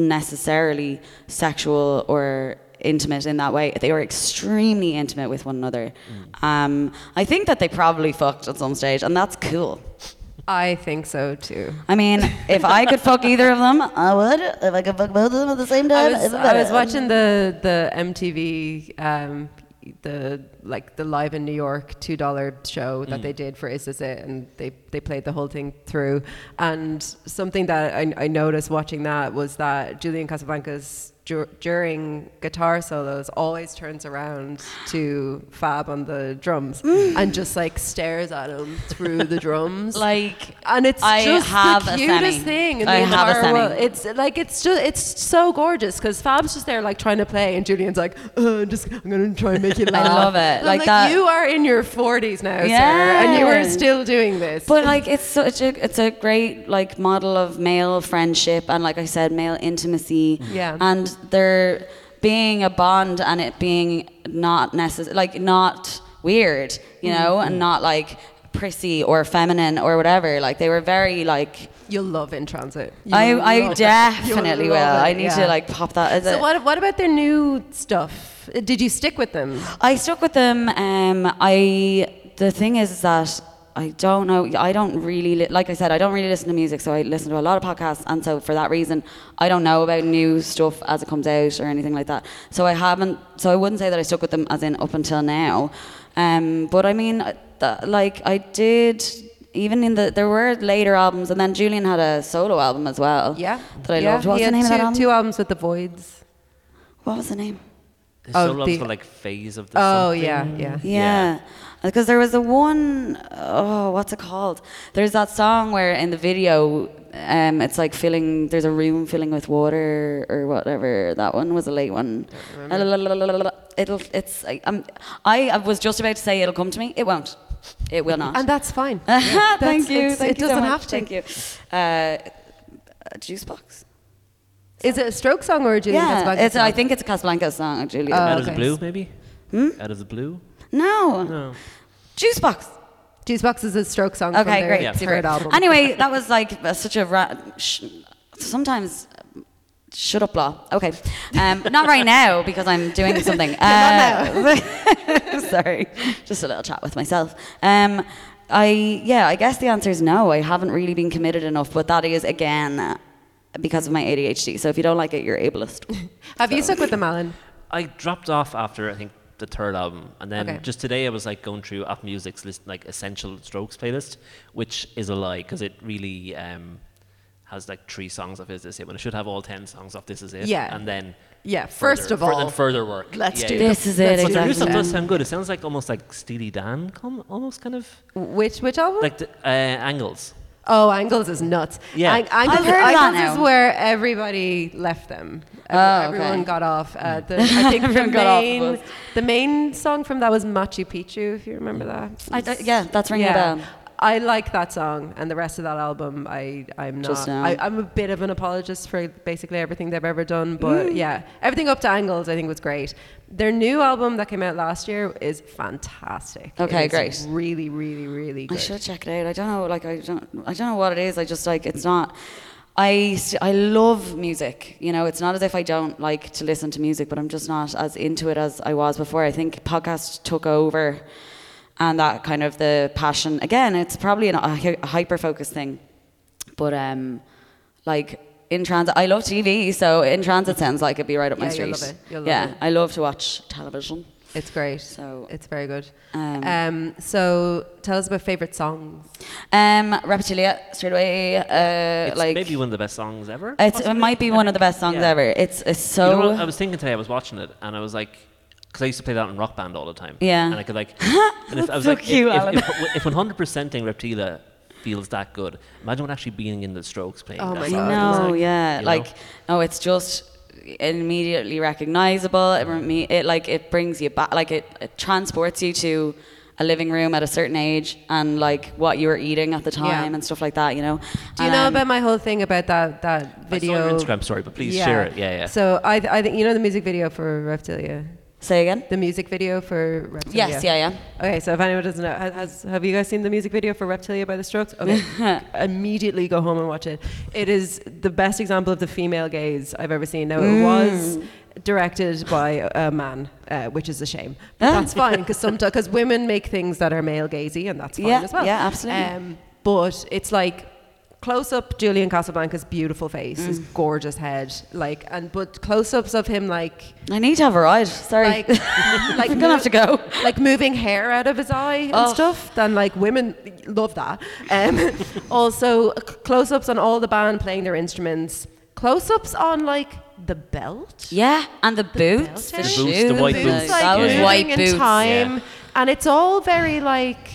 Speaker 3: necessarily sexual or intimate in that way. They were extremely intimate with one another.
Speaker 2: Mm.
Speaker 3: Um, I think that they probably fucked at some stage, and that's cool.
Speaker 2: I think so too.
Speaker 3: I mean, if I could fuck either of them, I would. If I could fuck both of them at the same
Speaker 2: I
Speaker 3: time,
Speaker 2: was,
Speaker 3: it'd be
Speaker 2: I was
Speaker 3: better.
Speaker 2: watching the the MTV um, the like the live in New York two dollar show that they did for Is This It, and they they played the whole thing through. And something that I, I noticed watching that was that Julian Casablancas dur- during guitar solos always turns around to Fab on the drums and just like stares at him through the drums,
Speaker 3: Like,
Speaker 2: and it's
Speaker 3: I
Speaker 2: just
Speaker 3: have
Speaker 2: the
Speaker 3: a
Speaker 2: cutest
Speaker 3: semi.
Speaker 2: thing in the
Speaker 3: I have a
Speaker 2: entire
Speaker 3: semi.
Speaker 2: world. It's like it's just it's so gorgeous because Fab's just there like trying to play, and Julian's like, uh, just I'm gonna try and make you laugh.
Speaker 3: love it.
Speaker 2: And I'm
Speaker 3: Like that-
Speaker 2: You are in your 40s now, sir, and you are
Speaker 3: Yeah.
Speaker 2: still doing this.
Speaker 3: But like it's such a it's a great like model of male friendship and like I said male intimacy.
Speaker 2: Mm-hmm. Yeah.
Speaker 3: And there being a bond and it being not necessary like not weird, you know,
Speaker 2: Mm-hmm.
Speaker 3: and not like prissy or feminine or whatever. Like they were very like
Speaker 2: you'll love in transit.
Speaker 3: I
Speaker 2: You'll
Speaker 3: I
Speaker 2: love it.
Speaker 3: definitely
Speaker 2: You'll
Speaker 3: will.
Speaker 2: love it,
Speaker 3: I need
Speaker 2: yeah.
Speaker 3: to like pop that. is
Speaker 2: So
Speaker 3: it-
Speaker 2: what? What about their new stuff? Uh, Did you stick with them?
Speaker 3: I stuck with them. Um, I the thing is, is that I don't know. I don't really li- like I said. I don't really listen to music, so I listen to a lot of podcasts, and so for that reason, I don't know about new stuff as it comes out or anything like that. So I haven't. So I wouldn't say that I stuck with them as in up until now. Um, but I mean, uh, th- like I did. Even in the there were later albums, and then Julian had a solo album as well. that I
Speaker 2: yeah.
Speaker 3: loved. What was
Speaker 2: he had
Speaker 3: the name
Speaker 2: two,
Speaker 3: of that album?
Speaker 2: two albums with the Voids.
Speaker 3: What was the name?
Speaker 1: His
Speaker 2: Oh,
Speaker 1: solo albums
Speaker 2: the-
Speaker 1: were like phase of the.
Speaker 2: Oh
Speaker 1: something.
Speaker 2: yeah, yeah.
Speaker 1: Yeah.
Speaker 3: Yeah. Because there was the one, oh, what's it called? There's that song where in the video, um, it's like filling, there's a room filling with water or whatever. That one was a late one. It'll, it's, I, um, I I was just about to say it'll come to me. It won't. It will not.
Speaker 2: And that's fine. That's-
Speaker 3: thank you.
Speaker 2: it's-
Speaker 3: thank
Speaker 2: it
Speaker 3: you so
Speaker 2: doesn't
Speaker 3: much,
Speaker 2: have to.
Speaker 3: Thank you. Uh, a juice box?
Speaker 2: Is it a stroke song or a Julian
Speaker 3: yeah.
Speaker 2: Casablancas
Speaker 3: It's, I
Speaker 2: song?
Speaker 3: think it's a Casablanca song, Julia.
Speaker 2: Oh,
Speaker 1: Out of
Speaker 2: okay.
Speaker 1: the blue, maybe.
Speaker 3: Hmm?
Speaker 1: Out of the blue.
Speaker 3: no.
Speaker 1: No.
Speaker 3: Juice box.
Speaker 2: Juicebox is a stroke song from
Speaker 3: Okay,
Speaker 2: their
Speaker 3: great.
Speaker 1: Yeah.
Speaker 3: Super.
Speaker 2: third album.
Speaker 3: Anyway, that was like uh, such a ra- sh- sometimes um, shut up law. Okay, um, not right now because I'm doing something. Uh, sorry, just a little chat with myself. Um, I yeah, I guess the answer is no. I haven't really been committed enough, but that is again uh, because of my ADHD. So if you don't like it, you're ableist.
Speaker 2: Have you stuck with them, Alan?
Speaker 1: I dropped off after I think the third album, and then
Speaker 2: Okay.
Speaker 1: just today I was like going through Apple Music's list, like essential Strokes playlist, which is a lie because it really um, has like three songs of Is This It, when it should have all ten songs of This Is It.
Speaker 2: Yeah.
Speaker 1: and then
Speaker 2: Yeah, first
Speaker 1: further-
Speaker 2: of
Speaker 1: fur-
Speaker 2: all,
Speaker 1: then further work.
Speaker 2: Let's
Speaker 1: Yeah,
Speaker 2: do
Speaker 1: yeah.
Speaker 3: This is it,
Speaker 2: Let's
Speaker 1: But
Speaker 2: do
Speaker 1: the new
Speaker 3: exactly.
Speaker 1: stuff does
Speaker 3: Um,
Speaker 1: sound good. It sounds like almost like Steely Dan, com- almost kind of
Speaker 2: Which which album?
Speaker 1: like the, uh, angles.
Speaker 2: oh, Angles is nuts.
Speaker 1: Yeah.
Speaker 2: Ang- Angles,
Speaker 3: I've heard of that
Speaker 2: Angles is
Speaker 3: now.
Speaker 2: where everybody left them. Ev-
Speaker 3: Oh, okay. Hmm.
Speaker 2: Everyone got off. Uh, the, I think the
Speaker 3: Everyone got off the
Speaker 2: main,
Speaker 3: bus.
Speaker 2: the main song from that was Machu Picchu, if you remember that.
Speaker 3: I don't- yeah, that's ringing a bell.
Speaker 2: I like that song and the rest of that album. I I'm not.
Speaker 3: Just now.
Speaker 2: I, I'm a bit of an apologist for basically everything they've ever done, but
Speaker 3: Mm.
Speaker 2: yeah, everything up to Angles I think was great. Their new album that came out last year is fantastic. It
Speaker 3: Okay,
Speaker 2: is
Speaker 3: great.
Speaker 2: Really, really, really
Speaker 3: I
Speaker 2: good.
Speaker 3: should check it out. I don't know, like I don't, I don't know what it is. I just like it's not. I s- I love music. You know, it's not as if I don't like to listen to music, but I'm just not as into it as I was before. I think podcast took over, and that kind of the passion again. It's probably an, a, hy- a hyper focus thing, but um, like in transit, I love TV, so in transit sounds like it'd be right up my
Speaker 2: Yeah,
Speaker 3: street.
Speaker 2: you'll love it. You'll love
Speaker 3: yeah,
Speaker 2: it.
Speaker 3: I love to watch television.
Speaker 2: It's great.
Speaker 3: So-
Speaker 2: it's very good. Um,
Speaker 3: Um,
Speaker 2: so tell us about favorite songs.
Speaker 3: Um, Repetilia straight away. Uh,
Speaker 1: It's
Speaker 3: like
Speaker 1: maybe one of the best songs ever.
Speaker 3: It's, it
Speaker 1: possibly.
Speaker 3: might be one of the best songs
Speaker 1: Yeah.
Speaker 3: ever. It's it's
Speaker 1: You know
Speaker 3: so
Speaker 1: what I was thinking today. I was watching it, and I was like, because I used to play that in rock band all the time.
Speaker 3: Yeah.
Speaker 1: And I could like, and if, I was
Speaker 3: So
Speaker 1: like, if-
Speaker 3: cute,
Speaker 1: if,
Speaker 3: Alan.
Speaker 1: if, if 100%ing Reptilia feels that good, imagine what actually being in the Strokes playing.
Speaker 2: Oh
Speaker 1: that
Speaker 2: my
Speaker 1: song.
Speaker 2: God.
Speaker 1: It's
Speaker 3: no,
Speaker 1: like,
Speaker 3: yeah,
Speaker 1: you know?
Speaker 3: like no, it's just immediately recognizable. It, reme- it like it brings you back, like it, it transports you to a living room at a certain age and like what you were eating at the time
Speaker 2: Yeah.
Speaker 3: and stuff like that. You know.
Speaker 2: Do you
Speaker 3: And,
Speaker 2: know
Speaker 3: um,
Speaker 2: about my whole thing about that that
Speaker 1: I saw
Speaker 2: video?
Speaker 1: your Instagram story, but please share it. Yeah, yeah.
Speaker 2: So I th- I think you know the music video for Reptilia.
Speaker 3: Say again.
Speaker 2: The music video for Reptilia.
Speaker 3: Yes, yeah, yeah.
Speaker 2: Okay, so if anyone doesn't know, has, has, have you guys seen the music video for Reptilia by the Strokes? Okay, immediately go home and watch it. It is the best example of the female gaze I've ever seen. Now,
Speaker 3: Mm.
Speaker 2: it was directed by a a man, uh, which is a shame.
Speaker 3: Ah.
Speaker 2: But that's fine, because sometimes women make things that are male gazy, and that's fine
Speaker 3: Yeah,
Speaker 2: as well.
Speaker 3: yeah, absolutely.
Speaker 2: Um, but it's like close up Julian Casablancas' beautiful face, his
Speaker 3: Mm.
Speaker 2: gorgeous head, like, and but close ups of him like
Speaker 3: I need to have a ride. Sorry.
Speaker 2: like like
Speaker 3: I'm gonna have to go.
Speaker 2: like moving hair out of his eye and
Speaker 3: Oh.
Speaker 2: stuff then like women love that um also c- close-ups on all the band playing their instruments close-ups on like the belt
Speaker 3: yeah, and the boots,
Speaker 2: belt
Speaker 3: the,
Speaker 2: area?
Speaker 1: The boots, the
Speaker 3: shoes.
Speaker 1: white
Speaker 2: Boots,
Speaker 1: boots.
Speaker 2: like,
Speaker 3: That was
Speaker 2: moving
Speaker 3: white
Speaker 2: in
Speaker 3: boots.
Speaker 2: time
Speaker 1: Yeah.
Speaker 2: and it's all very like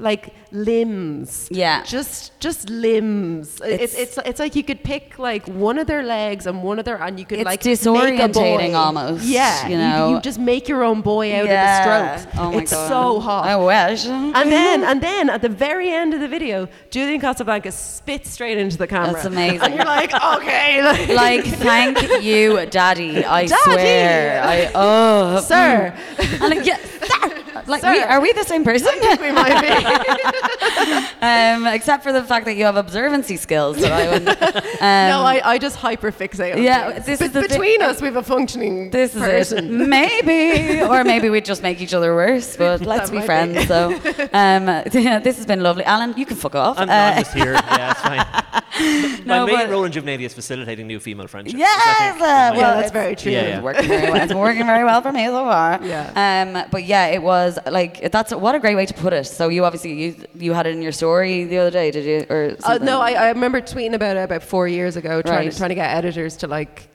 Speaker 2: like limbs
Speaker 3: Yeah.
Speaker 2: just just limbs it's,
Speaker 3: It's-
Speaker 2: it's it's like you could pick like one of their legs and one of their and you could
Speaker 3: It's
Speaker 2: like make a
Speaker 3: disorientating
Speaker 2: boy.
Speaker 3: almost,
Speaker 2: yeah
Speaker 3: you know?
Speaker 2: you just make your own boy out of the strokes
Speaker 3: Oh my
Speaker 2: it's
Speaker 3: god.
Speaker 2: so hot
Speaker 3: I wish.
Speaker 2: and then, and then at the very end of the video, Julian Casablanca spits straight into the camera.
Speaker 3: That's amazing.
Speaker 2: And you're like, okay, like,
Speaker 3: like thank you, Daddy. I
Speaker 2: Daddy!
Speaker 3: swear. I oh
Speaker 2: sir,
Speaker 3: And like, yeah, sir. like we,
Speaker 2: Sir.
Speaker 3: are we the same person?
Speaker 2: we might be.
Speaker 3: um, except for the fact that you have observancy skills that I wouldn't.
Speaker 2: no, I, I just hyperfixate. On
Speaker 3: Um, yeah,
Speaker 2: things.
Speaker 3: this
Speaker 2: But
Speaker 3: is the thi-
Speaker 2: between us, we have a functioning
Speaker 3: This is it.
Speaker 2: person.
Speaker 3: Maybe, or maybe we just make each other worse. But let's be
Speaker 2: might be.
Speaker 3: friends. So, um, yeah, this has been lovely, Alan. You can fuck off.
Speaker 1: I'm,
Speaker 3: Uh,
Speaker 1: I'm just here. Yeah, it's fine.
Speaker 3: No,
Speaker 1: My main
Speaker 3: but-
Speaker 1: role in Gymnadia is facilitating new female friendships. which I
Speaker 3: Yes,
Speaker 1: think is
Speaker 3: uh,
Speaker 1: my-
Speaker 2: Yeah,
Speaker 3: well,
Speaker 2: that's
Speaker 3: it's-
Speaker 2: very true.
Speaker 1: Yeah,
Speaker 3: It's working very well. It's been working very well for me so far.
Speaker 2: Yeah.
Speaker 3: Um, but yeah, it was like that's what a great way to put it. So you obviously you you had it in your story the other day, did you? Or
Speaker 2: Uh,
Speaker 3: something?
Speaker 2: no, I, I remember tweeting about it about four years ago, trying,
Speaker 3: Right.
Speaker 2: to, trying to get editors to like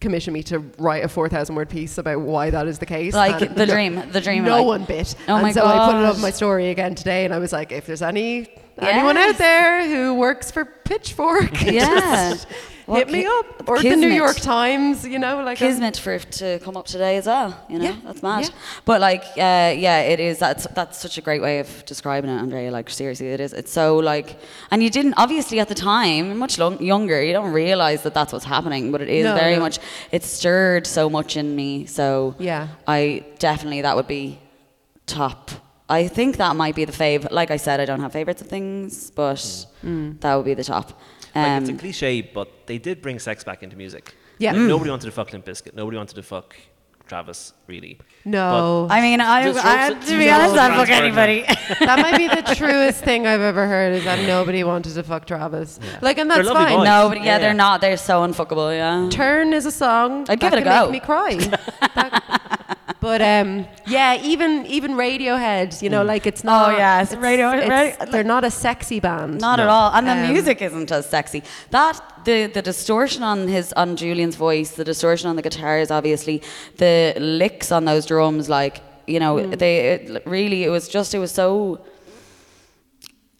Speaker 2: commission me to write a 4,000 word piece about why that is the case.
Speaker 3: like
Speaker 2: And-
Speaker 3: the dream, the dream.
Speaker 2: no
Speaker 3: like-
Speaker 2: one bit.
Speaker 3: Oh
Speaker 2: and
Speaker 3: my
Speaker 2: so I put it up
Speaker 3: gosh.
Speaker 2: my story again today, and I was like, if there's any anyone out
Speaker 3: Yes.
Speaker 2: there who works for Pitchfork,
Speaker 3: Yeah.
Speaker 2: just
Speaker 3: Well,
Speaker 2: hit me
Speaker 3: ki-
Speaker 2: up or the New
Speaker 3: kismet.
Speaker 2: York Times, you know, like I'm-
Speaker 3: Kismet for it to come up today as well. You know,
Speaker 2: Yeah,
Speaker 3: that's mad.
Speaker 2: yeah.
Speaker 3: But like, uh, yeah, it is. That's that's such a great way of describing it, Andrea. Like, seriously, it is. It's so like, and you didn't obviously at the time, you're much long, younger, you don't realize that that's what's happening. But it is
Speaker 2: No,
Speaker 3: very
Speaker 2: no.
Speaker 3: much. It stirred so much in me. So
Speaker 2: Yeah.
Speaker 3: I definitely that would be top. I think that might be the fave. Like I said, I don't have favorites of things, but
Speaker 2: Mm.
Speaker 3: that would be the top.
Speaker 1: Like, it's a
Speaker 3: Um,
Speaker 1: cliche, but they did bring sex back into music.
Speaker 2: Yeah.
Speaker 1: Like,
Speaker 2: Mm.
Speaker 1: Nobody wanted to fuck Limp Bizkit. Nobody wanted to fuck Travis, really.
Speaker 2: no,
Speaker 3: I mean, I,
Speaker 1: Just
Speaker 3: I
Speaker 1: ropes-
Speaker 3: to be
Speaker 1: just
Speaker 3: honest,
Speaker 1: ropes
Speaker 3: I'd fuck
Speaker 1: transferred, man.
Speaker 3: anybody.
Speaker 2: that might be the truest thing I've ever heard is that nobody wanted to fuck Travis. Like,
Speaker 1: They're
Speaker 2: and that's
Speaker 1: lovely
Speaker 2: fine.
Speaker 1: boys.
Speaker 3: No, but yeah,
Speaker 1: Yeah.
Speaker 3: they're not. They're so unfuckable. Yeah.
Speaker 2: Turn is a song.
Speaker 3: I'd give
Speaker 2: that
Speaker 3: it a
Speaker 2: can
Speaker 3: go.
Speaker 2: Make me cry. That- but um, yeah, even even Radiohead, you know,
Speaker 1: Mm.
Speaker 2: like it's not.
Speaker 3: yeah, it's Oh, Radio-
Speaker 2: it's-
Speaker 3: Radi-
Speaker 2: they're not a sexy band.
Speaker 3: Not at
Speaker 1: No.
Speaker 3: all. And the
Speaker 2: Um,
Speaker 3: music isn't as sexy. That the the distortion on his on Julian's voice, the distortion on the guitars, obviously, the licks on those drums, like you know,
Speaker 2: Mm.
Speaker 3: they it, really it was just it was so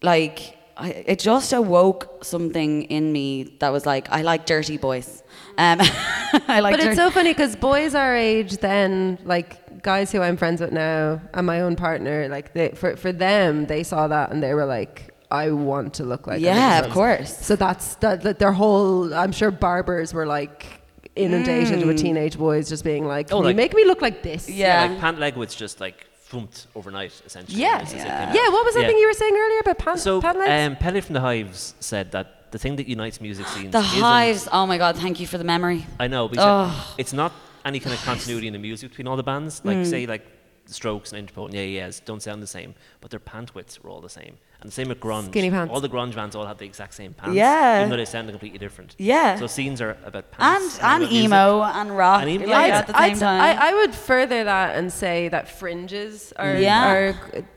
Speaker 3: like I, it just awoke something in me that was like I like dirty boys. Um, I like.
Speaker 2: but it's
Speaker 3: dir-
Speaker 2: so funny because boys our age then like guys who i'm friends with now and my own partner like they, for, for them they saw that and they were like i want to look like
Speaker 3: yeah,
Speaker 2: Elizabeth."
Speaker 3: of course.
Speaker 2: so that's that, that their whole i'm sure barbers were like inundated with teenage boys just being like
Speaker 1: Oh,
Speaker 2: can you
Speaker 1: like-
Speaker 2: make me look like this
Speaker 1: Yeah.
Speaker 3: Mm. Yeah.
Speaker 1: like Pant Legwood's just like thumped overnight, essentially.
Speaker 2: yeah
Speaker 1: as soon as it
Speaker 2: yeah,
Speaker 1: came out.
Speaker 2: what was that
Speaker 1: Yeah.
Speaker 2: thing you were saying earlier about pan,
Speaker 1: So,
Speaker 2: pan legs?
Speaker 1: um, Pelle from the Hives said that the thing that unites music scenes
Speaker 3: The
Speaker 1: isn't-
Speaker 3: hives. Oh my god! Thank you for the memory.
Speaker 1: I know, but he said it's not any kind of continuity in the music between all the bands. Like, say, like the Strokes and Interpol and Yeah Yeah Yeahs don't sound the same, but their pant widths were all the same. And the same with grunge.
Speaker 2: Skinny pants.
Speaker 1: All the grunge bands all have the exact same pants.
Speaker 3: Yeah.
Speaker 1: Even though they sound completely different.
Speaker 3: Yeah.
Speaker 1: So scenes are about
Speaker 3: and
Speaker 1: pants.
Speaker 3: and
Speaker 1: about music.
Speaker 3: emo and rock
Speaker 1: And emo,
Speaker 3: like,
Speaker 1: yeah.
Speaker 3: at the same
Speaker 2: I'd-
Speaker 3: time.
Speaker 2: I, I would further that and say that fringes are,
Speaker 3: Yeah.
Speaker 2: are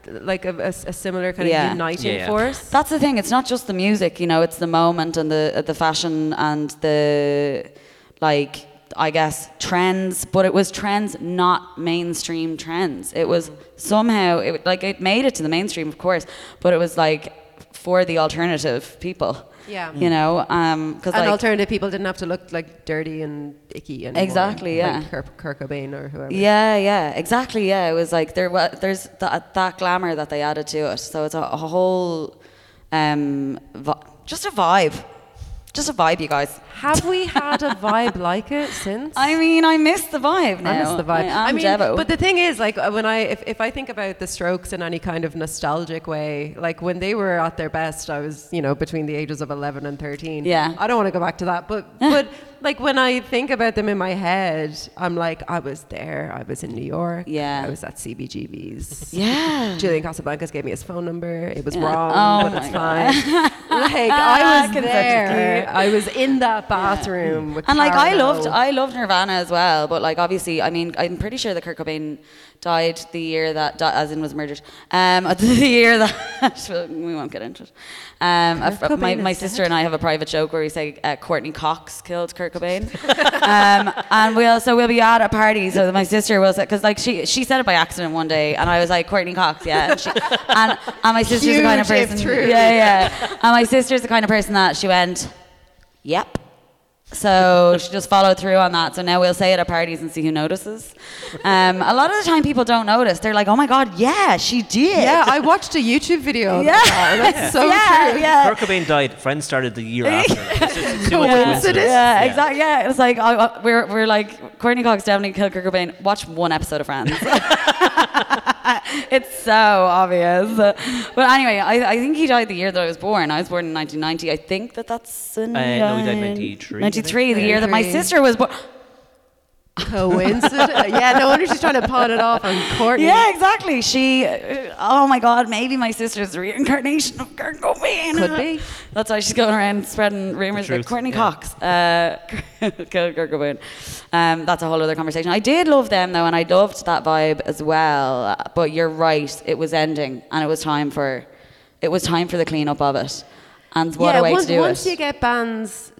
Speaker 2: like a, a- a similar kind
Speaker 3: Yeah.
Speaker 2: of uniting
Speaker 1: Yeah.
Speaker 2: force.
Speaker 3: That's the thing. It's not just the music, you know. It's the moment and the uh, the fashion and the like. I guess trends, but it was trends, not mainstream trends. It was somehow it like it made it to the mainstream, of course, but it was like for the alternative people.
Speaker 2: Yeah.
Speaker 3: You know, um, because
Speaker 2: and
Speaker 3: like
Speaker 2: alternative people didn't have to look like dirty and icky anymore.
Speaker 3: Exactly,
Speaker 2: like
Speaker 3: yeah.
Speaker 2: Kurt, Kurt Cobain or whoever.
Speaker 3: Yeah, yeah, exactly. Yeah, it was like there was there's that that glamour that they added to it. So it's a, a whole, um, vi- just a vibe, just a vibe, you guys.
Speaker 2: Have we had a vibe like it since?
Speaker 3: I mean, I miss the vibe now.
Speaker 2: I miss the vibe.
Speaker 3: I, am
Speaker 2: mean,
Speaker 3: Devo.
Speaker 2: but the thing is, like uh, when I, if, if I think about the Strokes in any kind of nostalgic way, like when they were at their best, I was, you know, between the ages of eleven and thirteen.
Speaker 3: Yeah.
Speaker 2: I don't want to go back to that, but but like when I think about them in my head, I'm like, I was there. I was in New York.
Speaker 3: Yeah.
Speaker 2: I was at CBGB's.
Speaker 3: Yeah.
Speaker 2: Julian Casablancas gave me his phone number. It was
Speaker 3: Yeah.
Speaker 2: wrong,
Speaker 3: Oh
Speaker 2: but it's
Speaker 3: my
Speaker 2: fine. like I was
Speaker 3: Consent is
Speaker 2: there.
Speaker 3: cute.
Speaker 2: I was in that bathroom with
Speaker 3: and like I
Speaker 2: Caro.
Speaker 3: loved I loved Nirvana as well, but like obviously I mean I'm pretty sure that Kurt Cobain died the year that di- as in was murdered. Um, the year that we won't get into it. Um, a fr-
Speaker 2: Cobain
Speaker 3: my
Speaker 2: is
Speaker 3: my sister and I have a private joke where we say uh, Courtney Cox killed Kurt Cobain, um, and we also we'll be at a party. So that my sister will say because like she she said it by accident one day, and I was like Courtney Cox, yeah, and, she, and, and my sister's the kind of
Speaker 2: Huge if
Speaker 3: person,
Speaker 2: true.
Speaker 3: yeah, yeah, and my sister's the kind of person that she went, yep. So she just followed through on that. So now we'll say it at parties and see who notices. Um, a lot of the time, people don't notice. They're like, "Oh my god, yeah, she did."
Speaker 2: Yeah, I watched a YouTube video.
Speaker 3: Yeah.
Speaker 2: Yeah, that's so
Speaker 3: yeah,
Speaker 2: true.
Speaker 3: yeah.
Speaker 1: Kurt Cobain died. Friends started the year after. Like, it's just too much
Speaker 2: Yeah.
Speaker 1: coincidence.
Speaker 3: Yeah,
Speaker 1: Yeah.
Speaker 3: exactly. Yeah, it's like I, I- we're we're like Courtney Cox definitely killed Kurt Cobain. Watch one episode of Friends. it's so obvious. But anyway, I, I think he died the year that I was born. I was born in 1990. I think that that's in
Speaker 1: Uh, no, he died in 93, I think.
Speaker 3: 93, the year that my
Speaker 2: 93.
Speaker 3: sister was born.
Speaker 2: Coincidence? yeah, no wonder she's trying to pawn it off on Courtney.
Speaker 3: Yeah, exactly. She, uh, oh my God, maybe my sister's the reincarnation of Kurt Cobain.
Speaker 2: Could be.
Speaker 3: That's why she's going around spreading rumors
Speaker 1: The
Speaker 3: that
Speaker 1: truth,
Speaker 3: Courtney
Speaker 1: yeah.
Speaker 3: Cox uh, killed Kurt Cobain. Um, that's a whole other conversation. I did love them though, and I loved that vibe as well. But you're right, it was ending, and it was time for, it was time for the cleanup of it. And what
Speaker 2: yeah,
Speaker 3: a way
Speaker 2: once,
Speaker 3: to do
Speaker 2: once
Speaker 3: it.
Speaker 2: you get bands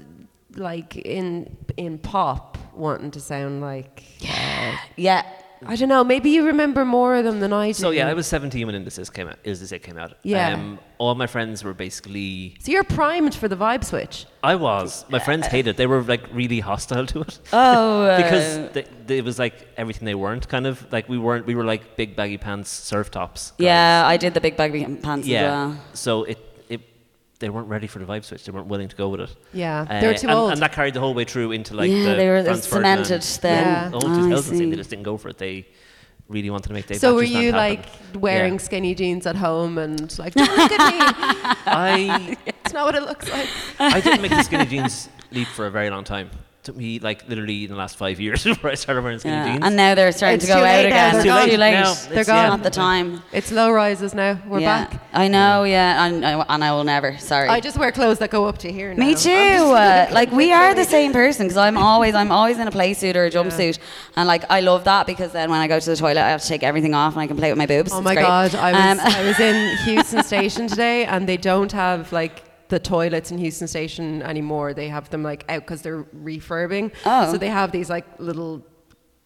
Speaker 2: like in in pop wanting to sound like uh, yeah.
Speaker 3: yeah.
Speaker 2: I don't know, maybe you remember more of them than I do.
Speaker 1: So
Speaker 3: Mm-hmm.
Speaker 1: yeah, I was 17 when Indices came out. Is this it came out? Um,
Speaker 2: Yeah.
Speaker 1: all my friends were basically.
Speaker 2: So you're primed for the vibe switch.
Speaker 1: I was. My friends hated. it. They were like really hostile to it.
Speaker 3: Oh, uh,
Speaker 1: because they, they, it was like everything they weren't. Kind of like we weren't. We were like big baggy pants, surf tops. guys.
Speaker 3: yeah, I did the big baggy pants
Speaker 1: Yeah.
Speaker 3: as well.
Speaker 1: So it it they weren't ready for the vibe switch. They weren't willing to go with it.
Speaker 2: Yeah,
Speaker 1: Uh,
Speaker 2: they were too
Speaker 1: and,
Speaker 2: old.
Speaker 1: And that carried the whole way through into like
Speaker 3: Yeah,
Speaker 1: the
Speaker 3: they were- it
Speaker 1: Franz
Speaker 3: was cemented
Speaker 1: Ferdinand,
Speaker 3: then.
Speaker 1: yeah,
Speaker 3: Yeah.
Speaker 1: all
Speaker 3: Oh, I
Speaker 1: 2000s.
Speaker 3: see.
Speaker 1: They just didn't go for it. They really wanted to make Dave
Speaker 2: so were
Speaker 1: Matthews Band
Speaker 2: you
Speaker 1: happen.
Speaker 2: like wearing
Speaker 1: Yeah.
Speaker 2: skinny jeans at home and like, don't look at me.
Speaker 1: I
Speaker 2: it's not what it looks like.
Speaker 1: I didn't make the skinny jeans leap for a very long time. took me like literally in the last five years before I started wearing skinny
Speaker 3: Yeah.
Speaker 1: jeans.
Speaker 3: And now they're starting
Speaker 2: It's
Speaker 3: to go
Speaker 2: too
Speaker 3: out
Speaker 2: late now,
Speaker 3: again.
Speaker 2: they're
Speaker 3: It's
Speaker 2: gone.
Speaker 3: too late.
Speaker 1: Now,
Speaker 2: They're
Speaker 1: it's-
Speaker 2: gone.
Speaker 1: yeah.
Speaker 3: Not the time.
Speaker 2: It's low rises now. We're
Speaker 3: yeah.
Speaker 2: back.
Speaker 3: I know, yeah, and, and I will never. Sorry.
Speaker 2: I just wear clothes that go up to here. Now.
Speaker 3: Me too. Uh, like we are the same person because I'm always I'm always in a play suit or a jumpsuit, and like I love that because then when I go to the toilet, I have to take everything off and I can play with my boobs.
Speaker 2: Oh
Speaker 3: It's
Speaker 2: my
Speaker 3: great.
Speaker 2: god, I was
Speaker 3: Um,
Speaker 2: I was in Houston Station today, and they don't have like the toilets in Houston Station anymore. They have them like out because they're refurbing.
Speaker 3: Oh.
Speaker 2: so they have these like little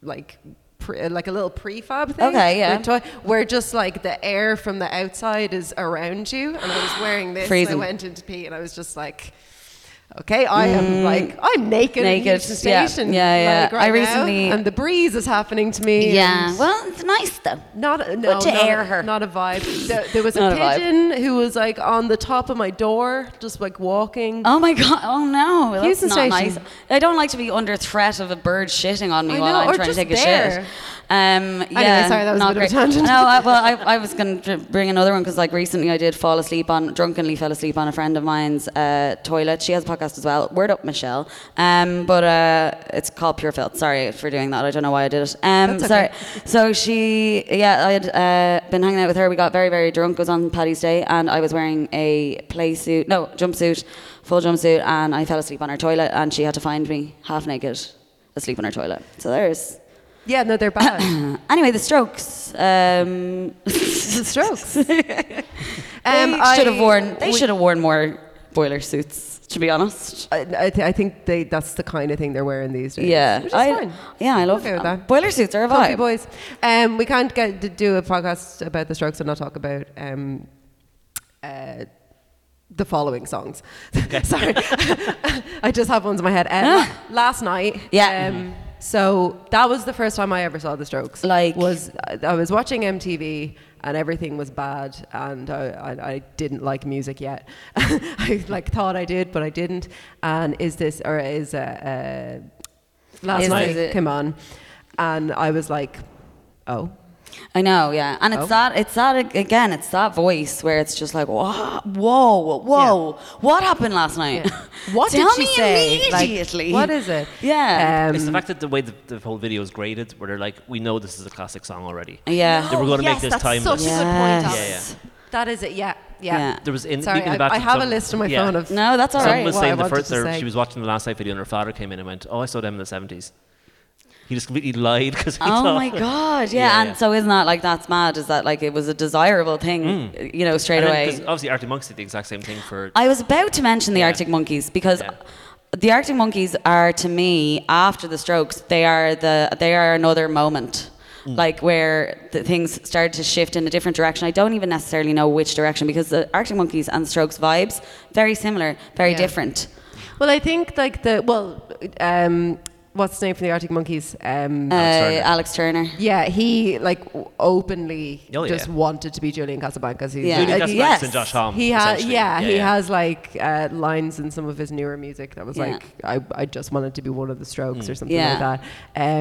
Speaker 2: like. Pre, like a little prefab thing.
Speaker 3: Okay, yeah.
Speaker 2: with toi- where just like the air from the outside is around you, and I was wearing this.
Speaker 3: Freezing.
Speaker 2: And I went into pee, and I was just like, "Okay, I am like I'm naked, in
Speaker 3: Mm. Naked,
Speaker 2: Houston
Speaker 3: yeah,
Speaker 2: Station.
Speaker 3: yeah,
Speaker 2: like,
Speaker 3: yeah.
Speaker 2: right
Speaker 3: I
Speaker 2: now,
Speaker 3: recently-
Speaker 2: and the breeze is happening to me.
Speaker 3: yeah.
Speaker 2: and-
Speaker 3: Well, it's nice though.
Speaker 2: not a, no,
Speaker 3: to
Speaker 2: not,
Speaker 3: air her.
Speaker 2: Not a vibe. There, there was a
Speaker 3: Not a vibe.
Speaker 2: pigeon who was like on the top of my door, just like walking.
Speaker 3: Oh my god. Oh no. That's
Speaker 2: Houston
Speaker 3: not
Speaker 2: Station.
Speaker 3: nice. I don't like to be under threat of a bird shitting on me
Speaker 2: I
Speaker 3: while
Speaker 2: know,
Speaker 3: I'm
Speaker 2: or
Speaker 3: trying to
Speaker 2: just
Speaker 3: take a
Speaker 2: there.
Speaker 3: shit. Um, yeah,
Speaker 2: sorry, that was a
Speaker 3: not
Speaker 2: bit of a
Speaker 3: great.
Speaker 2: tangent.
Speaker 3: No, Oh, I, well, I, I was going to bring another one because, like, recently I did fall asleep on, drunkenly fell asleep on a friend of mine's uh, toilet. She has a podcast as well. Word up, Michelle. Um, but uh, it's called Pure Filth. Sorry for doing that. I don't know why I did it. Um,
Speaker 2: That's okay.
Speaker 3: sorry. So she, yeah, I had uh, been hanging out with her. We got very, very drunk. It was on Paddy's Day, and I was wearing a play suit, no, jumpsuit, full jumpsuit, and I fell asleep on her toilet, and she had to find me half naked, asleep on her toilet. So there's. uh,
Speaker 2: Yeah, no, they're bad.
Speaker 3: Anyway, the strokes. Um,
Speaker 2: the strokes. um,
Speaker 3: they should have worn. They
Speaker 2: we-
Speaker 3: should have worn more boiler suits. To be honest.
Speaker 2: I, I, th- I think they, that's the kind of thing they're wearing these days.
Speaker 3: Yeah.
Speaker 2: which is
Speaker 3: I,
Speaker 2: fine.
Speaker 3: Yeah, I love
Speaker 2: okay with
Speaker 3: them.
Speaker 2: that.
Speaker 3: Boiler suits are a
Speaker 2: Comfy
Speaker 3: vibe.
Speaker 2: boys. Um, we can't get to do a podcast about the Strokes and not talk about um, uh, the following songs. Sorry, I just have ones in my head. Um, last night,
Speaker 3: Ah. Yeah. Mm-hmm.
Speaker 2: Um, so that was the first time I ever saw the Strokes.
Speaker 3: Like-
Speaker 2: was I I was watching MTV and everything was bad and I, I, I didn't like music yet. I like thought I did, but I didn't. And is this or is uh, uh, last
Speaker 3: Is
Speaker 2: night
Speaker 3: This It?
Speaker 2: came on, and I was like, oh.
Speaker 3: I know, yeah, and it's
Speaker 2: Oh.
Speaker 3: that, it's that ag- again, it's that voice where it's just like, whoa, whoa, whoa, what happened last night?
Speaker 2: Yeah. What
Speaker 3: Tell
Speaker 2: did she
Speaker 3: me
Speaker 2: say? Like,
Speaker 3: immediately.
Speaker 2: what is it?
Speaker 3: Yeah.
Speaker 1: it's the
Speaker 2: Um,
Speaker 1: fact that the way the, the whole video is graded, where they're like, we know this is a classic song already.
Speaker 3: yeah.
Speaker 1: They were going to
Speaker 2: yes,
Speaker 1: make this
Speaker 2: that's
Speaker 1: timeless.
Speaker 2: such a good point, Alex.
Speaker 1: Yeah, yeah.
Speaker 2: That is it. Yeah, yeah.
Speaker 3: Yeah.
Speaker 1: There was in,
Speaker 2: Sorry,
Speaker 1: in the
Speaker 2: I,
Speaker 1: back
Speaker 2: I
Speaker 1: of
Speaker 2: have a
Speaker 1: some-
Speaker 2: list on my
Speaker 1: yeah.
Speaker 2: phone of.
Speaker 3: No, that's all
Speaker 1: Someone
Speaker 3: right.
Speaker 1: was
Speaker 2: what I
Speaker 1: saying the
Speaker 2: wanted
Speaker 1: first,
Speaker 2: to
Speaker 1: their-
Speaker 2: say.
Speaker 1: she was watching the last night video and her father came in and went, oh, I saw them in the 70s. He just completely lied because he
Speaker 3: Oh
Speaker 1: thought.
Speaker 3: my god! Yeah,
Speaker 1: Yeah,
Speaker 3: and
Speaker 1: yeah.
Speaker 3: so isn't that like that's mad? Is that like it was a desirable thing, you know, straight
Speaker 1: Mm. And then,
Speaker 3: away?
Speaker 1: 'cause obviously, Arctic Monkeys did the exact same thing for.
Speaker 3: I was about to mention the
Speaker 1: Yeah.
Speaker 3: Arctic Monkeys because
Speaker 1: Yeah.
Speaker 3: the Arctic Monkeys are to me after the Strokes they are the they are another moment
Speaker 1: Mm.
Speaker 3: like where the things started to shift in a different direction. I don't even necessarily know which direction because the Arctic Monkeys and Strokes vibes very similar, very
Speaker 2: Yeah.
Speaker 3: different.
Speaker 2: Well, I think like the well, um, what's the name from the Arctic Monkeys? Um,
Speaker 3: Uh,
Speaker 1: Turner.
Speaker 3: Alex Turner.
Speaker 2: yeah, he like w- openly
Speaker 1: Oh,
Speaker 2: just
Speaker 1: yeah.
Speaker 2: wanted to be Julian Casablancas. He's
Speaker 3: Yeah.
Speaker 1: Julian
Speaker 2: like,
Speaker 1: Casablancas
Speaker 3: uh, yes.
Speaker 1: and Josh Homme.
Speaker 2: he has
Speaker 1: essentially.
Speaker 2: yeah, he
Speaker 1: yeah.
Speaker 2: has like uh, lines in some of his newer music that was
Speaker 3: Yeah.
Speaker 2: like I, I just wanted to be one of the
Speaker 1: Hmm.
Speaker 2: strokes or something
Speaker 3: Yeah.
Speaker 2: like that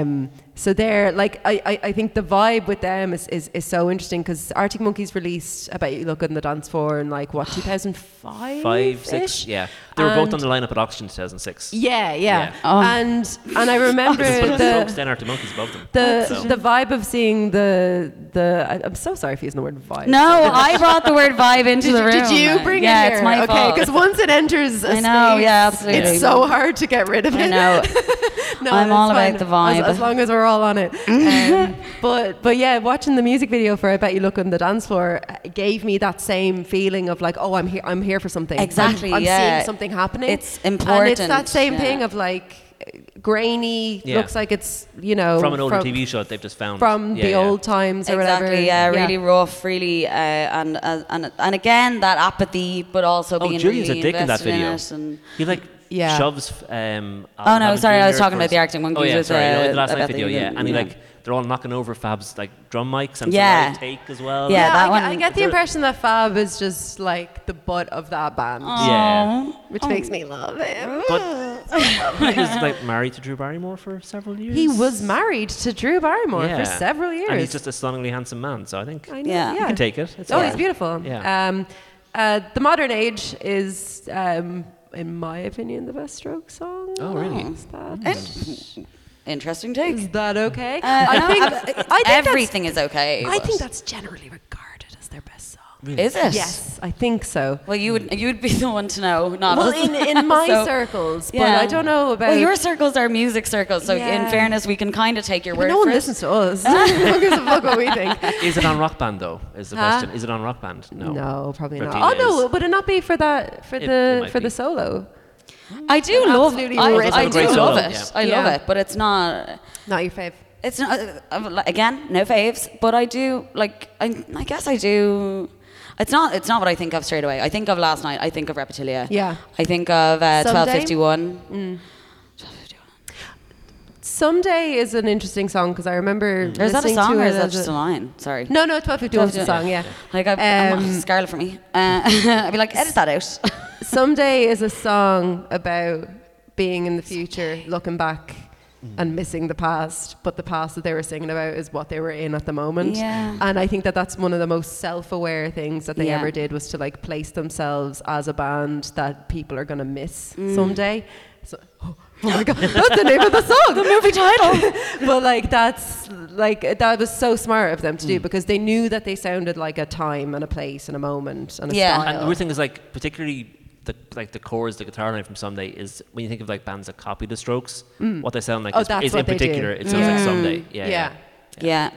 Speaker 2: um, so they're like I, I, I think the vibe with them is, is, is so interesting because Arctic Monkeys released I bet you look on the dance floor in like what 2005
Speaker 1: Five, six, yeah. They were both on the lineup at Oxygen 2006.
Speaker 2: yeah yeah,
Speaker 1: Yeah.
Speaker 3: Oh.
Speaker 2: and and I remember
Speaker 1: But Strokes,
Speaker 2: the
Speaker 1: then Arctic Monkeys above them.
Speaker 2: the,
Speaker 1: So-
Speaker 2: the vibe of seeing the the I, I'm so sorry for using the word vibe
Speaker 3: No, I brought the word vibe into
Speaker 2: Did,
Speaker 3: the room.
Speaker 2: did you bring it
Speaker 3: yeah,
Speaker 2: here?
Speaker 3: it's my
Speaker 2: okay,
Speaker 3: fault.
Speaker 2: because once it enters, I
Speaker 3: I know, yeah, absolutely.
Speaker 2: It's so hard to get rid of it.
Speaker 3: I know.
Speaker 2: no,
Speaker 3: I'm
Speaker 2: that's
Speaker 3: all about
Speaker 2: fine,
Speaker 3: the vibe.
Speaker 2: As, as long as we're all on it. Um, but but yeah, watching the music video for "I Bet You Look on the Dance Floor" uh, gave me that same feeling of like, oh, I'm here, I'm here for something. I'm-
Speaker 3: Exactly,
Speaker 2: I'm,
Speaker 3: yeah.
Speaker 2: seeing something happening.
Speaker 3: It's
Speaker 2: And it's that
Speaker 3: important,
Speaker 2: same
Speaker 3: yeah.
Speaker 2: thing of like grainy.
Speaker 1: Yeah.
Speaker 2: Looks like it's you know
Speaker 1: from an older TV show that they've just found.
Speaker 2: from
Speaker 1: Yeah,
Speaker 2: the
Speaker 1: yeah.
Speaker 2: old times or
Speaker 3: exactly,
Speaker 2: whatever.
Speaker 3: yeah, really rough, really, uh, and uh, and and again that apathy, but also
Speaker 1: Oh,
Speaker 3: being
Speaker 1: Julian's
Speaker 3: really
Speaker 1: a dick in that
Speaker 3: invested in
Speaker 1: video.
Speaker 3: it and-
Speaker 1: He like
Speaker 2: Yeah.
Speaker 1: shoves. Um,
Speaker 3: Oh, no,
Speaker 1: Alvin
Speaker 3: sorry, I was
Speaker 1: Jr.
Speaker 3: talking about
Speaker 1: towards-
Speaker 3: the Arctic Monkeys
Speaker 1: Oh yeah,
Speaker 3: with,
Speaker 1: sorry,
Speaker 3: uh,
Speaker 1: the last
Speaker 3: about
Speaker 1: night
Speaker 3: the
Speaker 1: video. Yeah,
Speaker 3: Indian-
Speaker 1: and he
Speaker 3: yeah.
Speaker 1: like they're all knocking over Fab's like drum mics and
Speaker 3: Yeah.
Speaker 1: yeah. take as well.
Speaker 3: Yeah,
Speaker 2: Yeah,
Speaker 3: that
Speaker 2: I,
Speaker 3: one-
Speaker 2: I get the
Speaker 1: There-
Speaker 2: impression that Fab is just like the butt of that band,
Speaker 1: Yeah.
Speaker 3: Aw.
Speaker 2: which makes me love him.
Speaker 1: But he was like married to Drew Barrymore for several years.
Speaker 2: He was married to Drew Barrymore
Speaker 1: Yeah.
Speaker 2: for several years.
Speaker 1: and he's just a stunningly handsome man. So I think
Speaker 2: I know,
Speaker 3: Yeah.
Speaker 2: yeah.
Speaker 3: You
Speaker 1: you can take it. It's
Speaker 2: Oh,
Speaker 1: all
Speaker 2: he's
Speaker 1: right.
Speaker 2: beautiful.
Speaker 1: Yeah.
Speaker 2: Um, uh, the modern age is, um, in my opinion, the best stroke song.
Speaker 1: Oh, really?
Speaker 2: Is that,
Speaker 3: Interesting
Speaker 2: is
Speaker 3: take.
Speaker 2: that okay?
Speaker 3: Uh,
Speaker 2: I
Speaker 3: no,
Speaker 2: think,
Speaker 3: I-
Speaker 2: I think
Speaker 3: everything is okay.
Speaker 2: That's, I
Speaker 3: but-
Speaker 2: think that's generally regarded as their best song.
Speaker 3: is it.
Speaker 2: Yes, I think so.
Speaker 3: Well, you would you would be the one to know, not
Speaker 2: Well,
Speaker 3: us.
Speaker 2: in, in my
Speaker 3: So,
Speaker 2: circles, but
Speaker 3: yeah.
Speaker 2: I don't know about.
Speaker 3: Well, your circles are music circles, so in
Speaker 2: Yeah.
Speaker 3: fairness, we can kind of take your
Speaker 2: But
Speaker 3: word.
Speaker 2: no one
Speaker 3: for it.
Speaker 2: listens to us. Who gives a fuck what we think?
Speaker 1: Is it on Rock Band though? Is the
Speaker 2: Huh?
Speaker 1: question? Is it on Rock Band? No.
Speaker 2: No, probably not.
Speaker 1: Routine
Speaker 2: Oh no,
Speaker 1: is-
Speaker 2: would it not be for that for
Speaker 1: It- it
Speaker 2: the
Speaker 1: might
Speaker 2: for
Speaker 1: be.
Speaker 2: the solo?
Speaker 3: I do love.
Speaker 2: absolutely
Speaker 3: I,
Speaker 2: rhythm.
Speaker 3: I do
Speaker 1: Great solo,
Speaker 3: love it.
Speaker 1: yeah.
Speaker 3: I love
Speaker 2: Yeah.
Speaker 3: it, but it's not.
Speaker 2: Not your fave.
Speaker 3: It's not uh, uh, again no faves, but I do like I, I guess I do. It's not it's not what I think of straight away. I think of last night. I think of Repetilia.
Speaker 2: Yeah.
Speaker 3: I think of
Speaker 2: Someday.
Speaker 3: uh,
Speaker 2: Mm.
Speaker 3: twelve fifty one.
Speaker 2: Someday is an interesting song because I remember.
Speaker 1: Mm.
Speaker 3: Or is that a
Speaker 2: listening
Speaker 3: song
Speaker 2: to
Speaker 3: or
Speaker 2: it
Speaker 3: is that
Speaker 2: as a-
Speaker 3: just a line? Sorry.
Speaker 2: No, no, twelve fifty was the
Speaker 3: 12:51,
Speaker 2: song. Yeah.
Speaker 3: Like I, um,
Speaker 2: Um,
Speaker 3: Scarlet for me. Uh, I'd be like edit that out.
Speaker 2: Someday is a song about being in the future, looking back.
Speaker 1: Mm.
Speaker 2: And missing the past, but the past that they were singing about is what they were in at the moment.
Speaker 3: Yeah.
Speaker 2: And I think that that's one of the most self-aware things that they
Speaker 3: Yeah.
Speaker 2: ever did was to like place themselves as a band that people are gonna miss someday. So, oh, oh my god, that's the name of the song, the movie title. but like that's like that was so smart of them to do because they knew that they sounded like a time and a place and a moment and a
Speaker 3: Yeah.
Speaker 2: style.
Speaker 1: And the weird thing is, like, particularly the like the chords, the guitar line from Someday is when you think of like bands that copy the Strokes, what they sound like
Speaker 2: Oh,
Speaker 1: is,
Speaker 2: that's
Speaker 1: is in
Speaker 2: what they do. Mm.
Speaker 1: particular it sounds like Someday. Yeah, yeah.
Speaker 2: Yeah.
Speaker 3: yeah.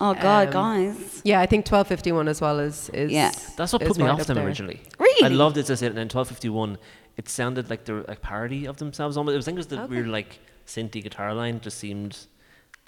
Speaker 3: Oh God,
Speaker 2: Um,
Speaker 3: guys.
Speaker 2: Yeah, I think 1251 as well is. is
Speaker 3: Yeah.
Speaker 1: That's what
Speaker 2: is
Speaker 1: put me
Speaker 2: right
Speaker 1: off
Speaker 2: up
Speaker 1: them
Speaker 2: there.
Speaker 1: originally. I
Speaker 3: Really?
Speaker 1: loved it as I said, and then 1251, it sounded like they were a parody of themselves almost. It was, I think it was the weird like synthy guitar line just seemed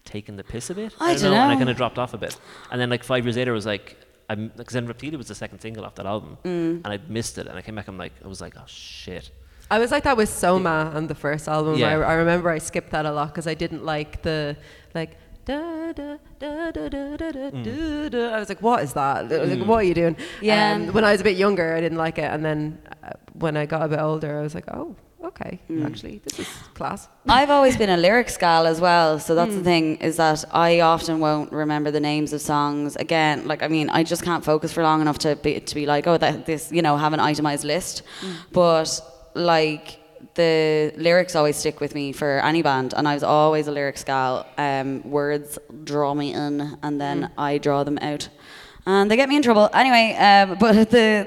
Speaker 1: taking the piss a bit.
Speaker 3: I dunno.
Speaker 1: And I kind of dropped off a bit. And then like five years later, it was like, I'm, like Zen Reptile was the second single off that album,
Speaker 2: Mm.
Speaker 1: and I missed it. And I came back, I'm like, I was like, oh shit.
Speaker 2: I was like that with Soma on the first album.
Speaker 1: Yeah.
Speaker 2: I, I remember I skipped that a lot because I didn't like the like. Da, da, da, da, da, da, da, da, da. I was like, "What is that? I was Like, What are you doing?"
Speaker 3: Yeah.
Speaker 2: Um, when I was a bit younger, I didn't like it, and then uh, when I got a bit older, I was like, "Oh, okay, actually, this is class.
Speaker 3: I've always been a lyrics gal as well, so that's the thing is that I often won't remember the names of songs. Again, like I mean, I just can't focus for long enough to be to be like, oh, that this, you know, have an itemized list. But like the lyrics always stick with me for any band, and I was always a lyrics gal. Um, words draw me in, and then I draw them out, and they get me in trouble anyway. Um, but the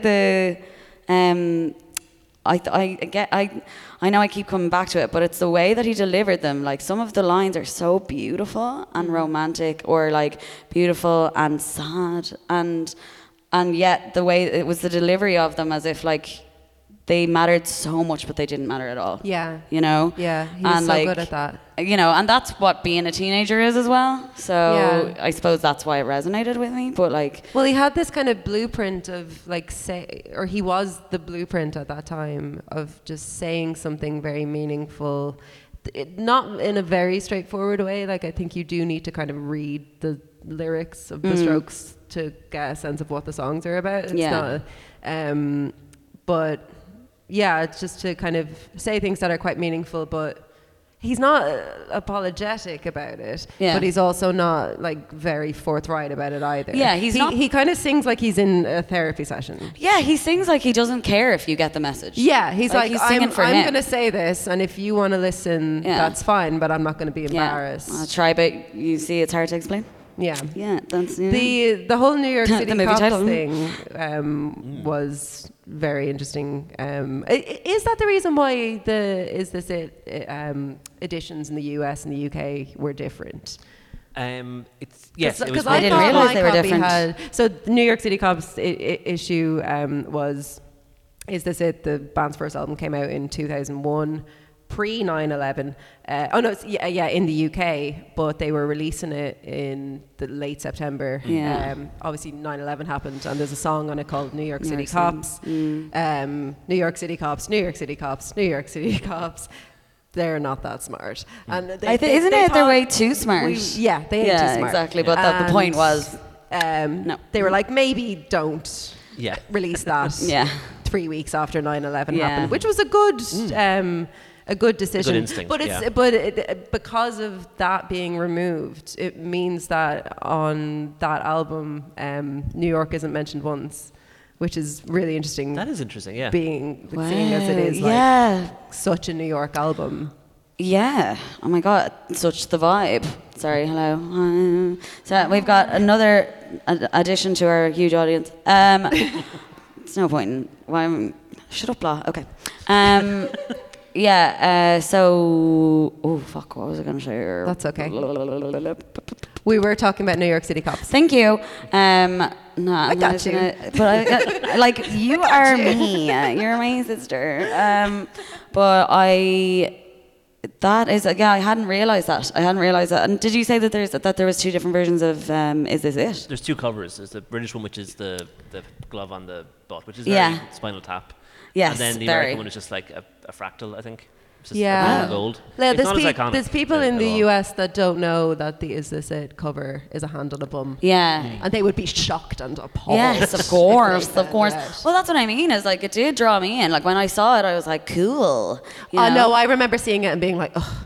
Speaker 3: the um, I, th- I get I I know I keep coming back to it, but it's the way that he delivered them. Like some of the lines are so beautiful and
Speaker 2: Mm-hmm.
Speaker 3: romantic, or like beautiful and sad, and and yet the way it was the delivery of them as if like they mattered so much, but they didn't matter at all.
Speaker 2: Yeah.
Speaker 3: you know.
Speaker 2: Yeah, he was so good at that.
Speaker 3: You know, and that's what being a teenager is as well. So
Speaker 2: Yeah.
Speaker 3: I suppose that's why it resonated with me. But like,
Speaker 2: Well, he had this kind of blueprint of like say, or he was the blueprint at that time of just saying something very meaningful, it, not in a very straightforward way. Like I think you do need to kind of read the lyrics of the
Speaker 3: Mm.
Speaker 2: Strokes to get a sense of what the songs are about. It's
Speaker 3: Yeah.
Speaker 2: not, um, but yeah, it's just to kind of say things that are quite meaningful, but. He's not uh, apologetic about it,
Speaker 3: Yeah.
Speaker 2: but he's also not like very forthright about it either
Speaker 3: Yeah, he's
Speaker 2: he,
Speaker 3: not-
Speaker 2: He kind of sings like he's in a therapy session.
Speaker 3: yeah, he sings like he doesn't care if you get the message.
Speaker 2: Yeah, he's like,
Speaker 3: he's singing
Speaker 2: I'm,
Speaker 3: for
Speaker 2: I'm
Speaker 3: him."
Speaker 2: going to say this, and if you want to listen,
Speaker 3: Yeah.
Speaker 2: that's fine, but I'm not going to be embarrassed.
Speaker 3: Yeah. I'll try, but you see, it's hard to explain.
Speaker 2: Yeah.
Speaker 3: Yeah, that's yeah.
Speaker 2: The the whole New York
Speaker 3: The
Speaker 2: City
Speaker 3: movie
Speaker 2: cops
Speaker 3: title.
Speaker 2: thing um, was very interesting. Um, i- i- is that the reason why the is this it i- um, editions in the US and the UK were different?
Speaker 1: Um, it's yes, it was
Speaker 2: because
Speaker 3: I
Speaker 2: I,
Speaker 1: one-
Speaker 3: didn't
Speaker 2: thought
Speaker 3: realize
Speaker 2: my
Speaker 3: they were
Speaker 2: copy
Speaker 3: different.
Speaker 2: Had, so the New York City Cops I- I- issue um, was, is this it? The band's first album came out in 2001, pre 9/11. Uh, oh no, it's, yeah, yeah, in the UK, but they were releasing it in the late September.
Speaker 3: Yeah.
Speaker 2: Um, obviously 9/11 happened, and there's a song on it called New York
Speaker 3: New
Speaker 2: City
Speaker 3: York City. Mm.
Speaker 2: Cops. Um, New York City Cops, New York City Cops, New York City Cops. They're not that smart. And they,
Speaker 3: I thi-
Speaker 2: they-
Speaker 3: isn't
Speaker 2: they
Speaker 3: it their
Speaker 2: thought
Speaker 3: way too smart?
Speaker 2: we- yeah, they ain't
Speaker 3: Yeah,
Speaker 2: too smart.
Speaker 3: exactly, but that- the point was-
Speaker 2: um,
Speaker 3: No.
Speaker 2: They were like, maybe don't
Speaker 1: Yeah.
Speaker 2: release that.
Speaker 3: Yeah.
Speaker 2: Three weeks after 9/11
Speaker 3: Yeah. Mm.
Speaker 2: happened, which was a good. Um, a good decision,
Speaker 1: instinct,
Speaker 2: but it's
Speaker 1: yeah.
Speaker 2: but it, because of that being removed, it means that on that album, um, New York isn't mentioned once, which is really interesting.
Speaker 1: that is interesting. Yeah,
Speaker 2: being seeing as it
Speaker 3: Wow,
Speaker 2: is like
Speaker 3: yeah,
Speaker 2: such a New York album.
Speaker 3: yeah. Oh my god, such the vibe. Sorry, hello. Uh, So we've got another ad- addition to our huge audience. Um, it's no point. In, why? am- shut up, blah. Okay. Um, yeah. Uh, so, oh fuck, what was I going to say?
Speaker 2: That's okay. We were talking about New York City cops.
Speaker 3: Thank you. Um, no, I
Speaker 2: got
Speaker 3: was
Speaker 2: you.
Speaker 3: gonna- but I, I- like you are me. You're my sister. Um, but I. That is yeah. I hadn't realized that. I hadn't realized that. And did you say that there's that there was two different versions of um, Is This It?
Speaker 1: there's two covers. There's the British one, which is the the glove on the butt, which is
Speaker 3: Yeah.
Speaker 1: very Spinal Tap.
Speaker 3: Yes,
Speaker 1: and then the
Speaker 3: very.
Speaker 1: American one is just like a, a fractal, I think. It's just a
Speaker 2: Yeah.
Speaker 1: blue and gold.
Speaker 2: Yeah,
Speaker 1: It's
Speaker 2: there's,
Speaker 1: not as
Speaker 2: pe-
Speaker 1: iconic
Speaker 2: there's people
Speaker 1: at-
Speaker 2: in
Speaker 1: at
Speaker 2: the
Speaker 1: all.
Speaker 2: US that don't know that the Is This It cover is a hand on a bum.
Speaker 3: Yeah.
Speaker 2: And they would be shocked and appalled.
Speaker 3: Yes, of
Speaker 2: if they
Speaker 3: course, of
Speaker 2: found
Speaker 3: course.
Speaker 2: out.
Speaker 3: Well, that's what I mean. Is like it did draw me in. Like when I saw it, I was like, cool. you
Speaker 2: Oh,
Speaker 3: know?
Speaker 2: no, I remember seeing it and being like, oh,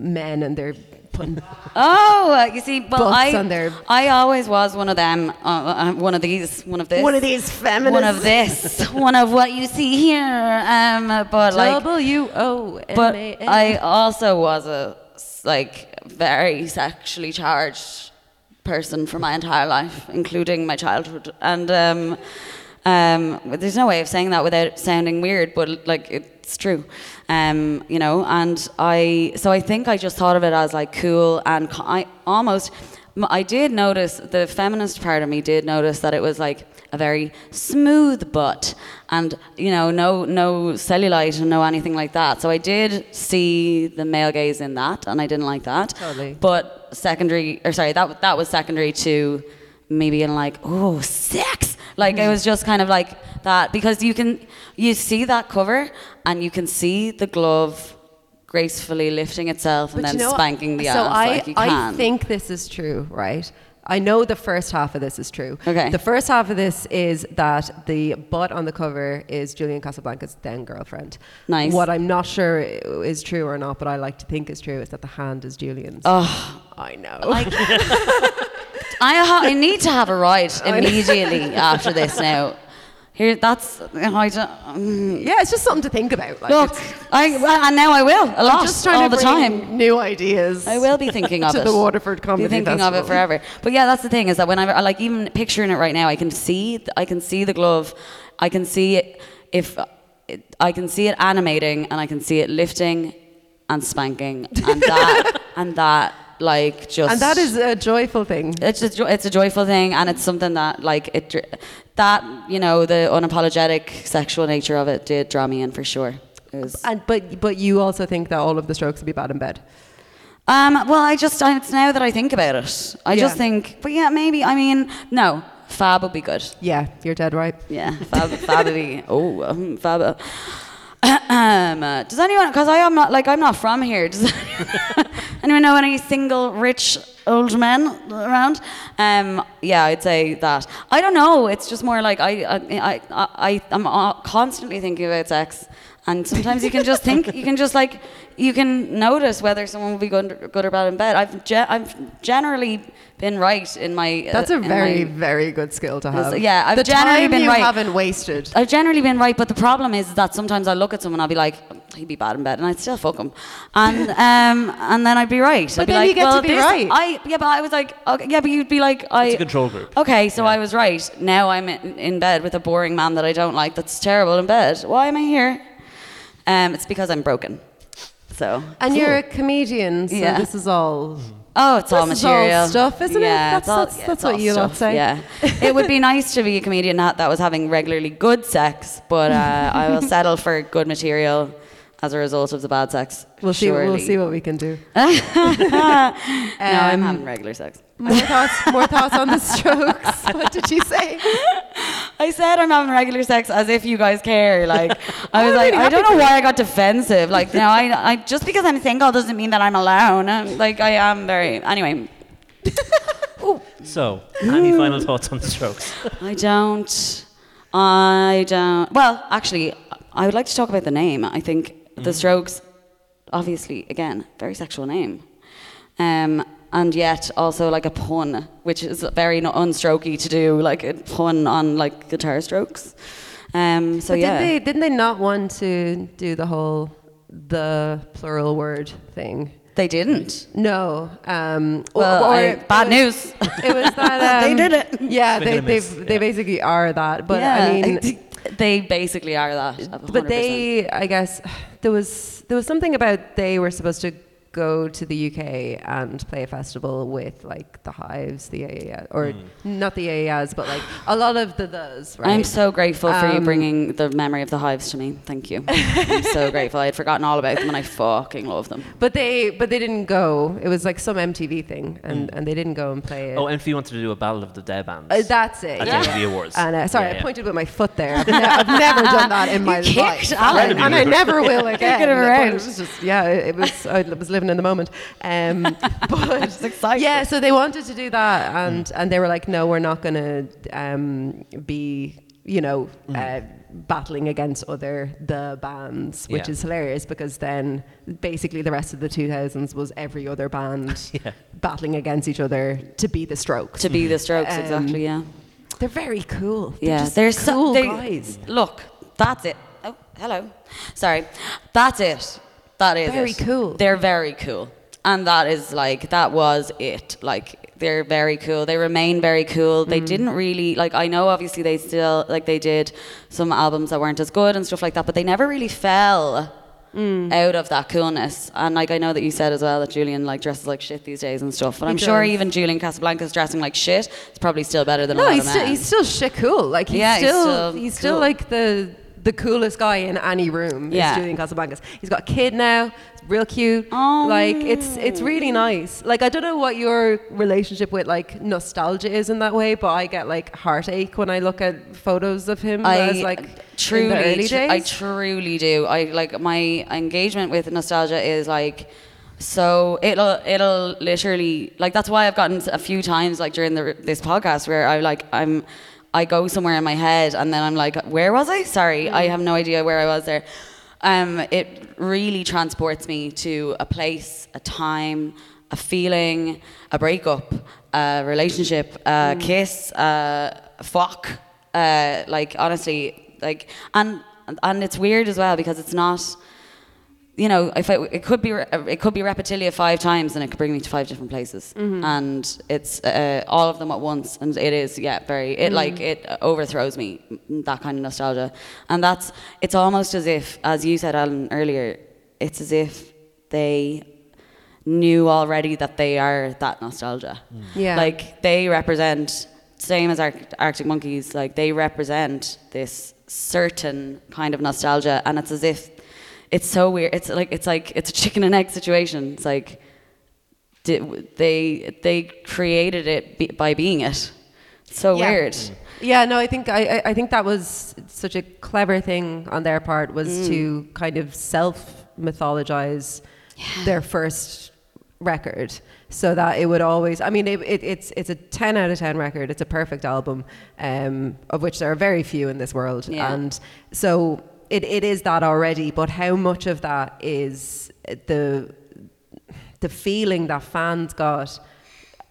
Speaker 2: men and they're putting.
Speaker 3: Oh, uh, you see, well,
Speaker 2: Butts
Speaker 3: I,
Speaker 2: on their-
Speaker 3: I always was one of them, uh, uh, one of these, one of this,
Speaker 2: One of these feminists.
Speaker 3: one of this, one of what you see here. Um, but like,
Speaker 2: W O M
Speaker 3: but
Speaker 2: A N.
Speaker 3: I also was a s- like very sexually charged person for my entire life, including my childhood. And um, um, there's no way of saying that without sounding weird, but like it's true, um, you know. And I so I think I just thought of it as like cool and co- I almost. m- I did notice the feminist part of me did notice that it was like a very smooth butt and you know no no cellulite and no anything like that. So I did see the male gaze in that and I didn't like that.
Speaker 2: Totally.
Speaker 3: But secondary or sorry, that that was secondary to me being like, oh, sex. Like
Speaker 2: Mm-hmm.
Speaker 3: it was just kind of like that because you can you see that cover and you can see the glove gracefully lifting itself and then
Speaker 2: you know what?
Speaker 3: spanking the
Speaker 2: so
Speaker 3: ass
Speaker 2: I,
Speaker 3: like you
Speaker 2: I
Speaker 3: can.
Speaker 2: think this is true, right? I know the first half of this is true.
Speaker 3: Okay.
Speaker 2: The first half of this is that the butt on the cover is Julian Casablanca's then girlfriend.
Speaker 3: Nice.
Speaker 2: What I'm not sure is true or not, but I like to think is true, is that the hand is Julian's.
Speaker 3: Oh,
Speaker 2: I know.
Speaker 3: like I, ha- I need to have a ride immediately after this now. Here, that's I don't. mm.
Speaker 2: yeah, it's just something to think about. Like,
Speaker 3: Look,
Speaker 2: it's-
Speaker 3: I well, and now I will a lot
Speaker 2: I'm just trying
Speaker 3: all
Speaker 2: to
Speaker 3: the
Speaker 2: bring
Speaker 3: time.
Speaker 2: New ideas.
Speaker 3: I will be thinking of
Speaker 2: to
Speaker 3: it.
Speaker 2: the Waterford Comedy
Speaker 3: Be thinking of
Speaker 2: Festival.
Speaker 3: it forever. But yeah, that's the thing is that whenever I like even picturing it right now, I can see th- I can see the glove, I can see it if it, I can see it animating and I can see it lifting and spanking and that and that like just
Speaker 2: And that is a joyful thing.
Speaker 3: it's a, jo- it's a joyful thing and it's something that like it dr- that you know the unapologetic sexual nature of it did draw me in for sure. It was
Speaker 2: And but but you also think that all of the strokes would be bad in bed.
Speaker 3: Um, well, I just, I, it's now that I think about it. I just
Speaker 2: Yeah.
Speaker 3: think, but yeah, maybe, I mean, no, Fab would be good.
Speaker 2: Yeah, you're dead right.
Speaker 3: Yeah, Fab, Fab would be, oh, um, Fab. uh, um, uh, does anyone, because I am not, like, I'm not from here. Does anyone know any single rich old men around? Um, yeah, I'd say that. I don't know. It's just more like I, I, I, I I'm uh, constantly thinking about sex. And sometimes you can just think, you can just like, you can notice whether someone will be good, good or bad in bed. I've, ge- I've generally been right in my. uh,
Speaker 2: That's a
Speaker 3: in my-
Speaker 2: very very good skill to have.
Speaker 3: yeah, I've
Speaker 2: the
Speaker 3: generally
Speaker 2: time
Speaker 3: been
Speaker 2: you
Speaker 3: right.
Speaker 2: haven't wasted.
Speaker 3: I've generally been right, but the problem is that sometimes I look at someone, I'll be like, he'd be bad in bed, and I'd still fuck him, and um, and then I'd be right. I'd
Speaker 2: But
Speaker 3: be
Speaker 2: then
Speaker 3: like,
Speaker 2: you get to
Speaker 3: well,
Speaker 2: be
Speaker 3: this-
Speaker 2: right.
Speaker 3: I yeah, but I was like, okay, yeah, but you'd be like, I.
Speaker 1: It's a control group.
Speaker 3: Okay, so I was right. Now I'm in, in bed with a boring man that I don't like. That's terrible in bed. Why am I here? Um, it's because I'm broken. So.
Speaker 2: And you're a comedian, so
Speaker 3: Yeah.
Speaker 2: this is all.
Speaker 3: Oh, it's all
Speaker 2: This is all
Speaker 3: material
Speaker 2: stuff, isn't it?
Speaker 3: yeah,
Speaker 2: That's-
Speaker 3: it's all-
Speaker 2: that's-
Speaker 3: yeah,
Speaker 2: that's
Speaker 3: it's
Speaker 2: what
Speaker 3: all
Speaker 2: you lot
Speaker 3: stuff,
Speaker 2: say.
Speaker 3: Yeah, it would be nice to be a comedian that that was having regularly good sex, but uh, I will settle for good material as a result of the bad sex.
Speaker 2: We'll see. We'll
Speaker 3: surely.
Speaker 2: see Um, what we can do.
Speaker 3: no, I'm having regular sex.
Speaker 2: More thoughts. More thoughts on the strokes. What did you say?
Speaker 3: I said I'm having regular sex as if you guys care. Like I was
Speaker 2: I'm
Speaker 3: like,
Speaker 2: Oh, really
Speaker 3: I don't
Speaker 2: happy
Speaker 3: know why I got defensive. Like now I, I just because I'm single doesn't mean that I'm alone. I'm, like I am very anyway.
Speaker 1: So, any final thoughts on the strokes?
Speaker 3: I don't. I don't. Well, actually, I would like to talk about the name. I think the Strokes, obviously, again, very sexual name, um, and yet also like a pun, which is very no- unstrokey to do, like a pun on like guitar strokes. Um, so
Speaker 2: but
Speaker 3: yeah,
Speaker 2: didn't they didn't they not want to do the whole the plural word thing?
Speaker 3: They didn't.
Speaker 2: No. Um, or-
Speaker 3: Well,
Speaker 2: or
Speaker 3: I-
Speaker 2: it
Speaker 3: bad
Speaker 2: was-
Speaker 3: news.
Speaker 2: It was that
Speaker 3: They
Speaker 2: um,
Speaker 3: did it.
Speaker 2: Yeah,
Speaker 1: Swing
Speaker 2: they
Speaker 1: and a miss,
Speaker 2: they've, they
Speaker 1: yeah.
Speaker 2: basically are that. But I mean,
Speaker 3: they basically are that.
Speaker 2: but
Speaker 3: 100%.
Speaker 2: they i guess there was there was something about they were supposed to go to the uk and play a festival with like the hives the aas or not the aas but like a lot of the those right
Speaker 3: I'm so grateful for you
Speaker 2: Um,
Speaker 3: bringing the memory of the hives to me. Thank you. I'm so grateful. I had forgotten all about them and I fucking love them.
Speaker 2: but they but they didn't go it was like some mtv thing and and they didn't go and play it
Speaker 1: Oh, MTV wanted to do a Battle of the Dead Bands.
Speaker 2: Uh, that's it.
Speaker 1: At the
Speaker 2: yeah.
Speaker 1: end of the awards.
Speaker 2: And, uh, sorry,
Speaker 1: Yeah, yeah.
Speaker 2: I pointed with my foot there. I've, ne- I've never done that in my life,
Speaker 3: kicked Alan.
Speaker 2: and, and I never will again.
Speaker 3: Kicking him
Speaker 2: But
Speaker 3: around.
Speaker 2: It was just, yeah, it it was. I was living in the moment. Um, but
Speaker 3: just excited.
Speaker 2: yeah, so they wanted to do that, and and they were like, no, we're not going to um, be, you know. Uh, battling against other the bands which
Speaker 1: Yeah.
Speaker 2: is hilarious because then basically the rest of the 2000s was every other band
Speaker 1: Yeah.
Speaker 2: battling against each other to be the strokes
Speaker 3: To be the strokes,
Speaker 2: Um,
Speaker 3: exactly, yeah.
Speaker 2: they're very cool. They're
Speaker 3: Yeah.
Speaker 2: just
Speaker 3: so-
Speaker 2: cool
Speaker 3: they-
Speaker 2: guys.
Speaker 3: Look, that's it. Oh, hello. Sorry. That's it. That is
Speaker 2: Very
Speaker 3: it.
Speaker 2: cool.
Speaker 3: They're very cool. And that is like that was it. Like they're very cool. They remain very cool.
Speaker 2: Mm.
Speaker 3: They didn't really like I know obviously they still like they did some albums that weren't as good and stuff like that, but they never really fell
Speaker 2: Mm.
Speaker 3: out of that coolness. And like I know that you said as well that Julian like dresses like shit these days and stuff. But
Speaker 2: He
Speaker 3: I'm sure
Speaker 2: does.
Speaker 3: even Julian Casablanca's dressing like shit. It's probably still better than a
Speaker 2: No,
Speaker 3: lot
Speaker 2: he's
Speaker 3: of
Speaker 2: still,
Speaker 3: men.
Speaker 2: he's still shit cool. Like he's
Speaker 3: Yeah, he's
Speaker 2: still he's
Speaker 3: still
Speaker 2: still,
Speaker 3: cool.
Speaker 2: like the the coolest guy in any room.
Speaker 3: Yeah.
Speaker 2: is Julian Casablancas. He's got a kid now. It's real cute. Like it's
Speaker 3: Oh.
Speaker 2: it's really nice. Like I don't know what your relationship with like nostalgia is in that way, but I get like heartache when I look at photos of him as like in the early
Speaker 3: tr-
Speaker 2: days.
Speaker 3: I truly do. I like my engagement with nostalgia is like So it'll it'll literally like that's why I've gotten a few times like during the, this podcast where I like I'm I go somewhere in my head and then I'm like where was I? Sorry, I
Speaker 2: Mm.
Speaker 3: have no idea where I was there. Um, it really transports me to a place, a time, a feeling, a breakup, a relationship, a
Speaker 2: Mm.
Speaker 3: kiss, a fuck. Uh, like honestly, like and and it's weird as well because it's not you know, if I, it could be re- it could be Repetilia five times, and it could bring me to five different places, and it's uh, all of them at once, and it is yeah, very it like it overthrows me m- that kind of nostalgia, and that's it's almost as if, as you said, Alan earlier, it's as if they knew already that they are that nostalgia,
Speaker 2: Yeah.
Speaker 3: like they represent same as Arct- Arctic Monkeys, like they represent this certain kind of nostalgia, and it's as if it's so weird. It's like it's like it's a chicken and egg situation. It's like di- they they created it be, by being it. It's so
Speaker 2: Yeah.
Speaker 3: weird.
Speaker 2: Yeah, no, I think I, I- I think that was such a clever thing on their part was to
Speaker 3: Mm.
Speaker 2: kind of self mythologize their first record so that it would always I mean it, it, it's it's a 10 out of 10 record it's a perfect album um, of which there are very few in this world
Speaker 3: Yeah.
Speaker 2: and so it, it is that already but how much of that is the the feeling that fans got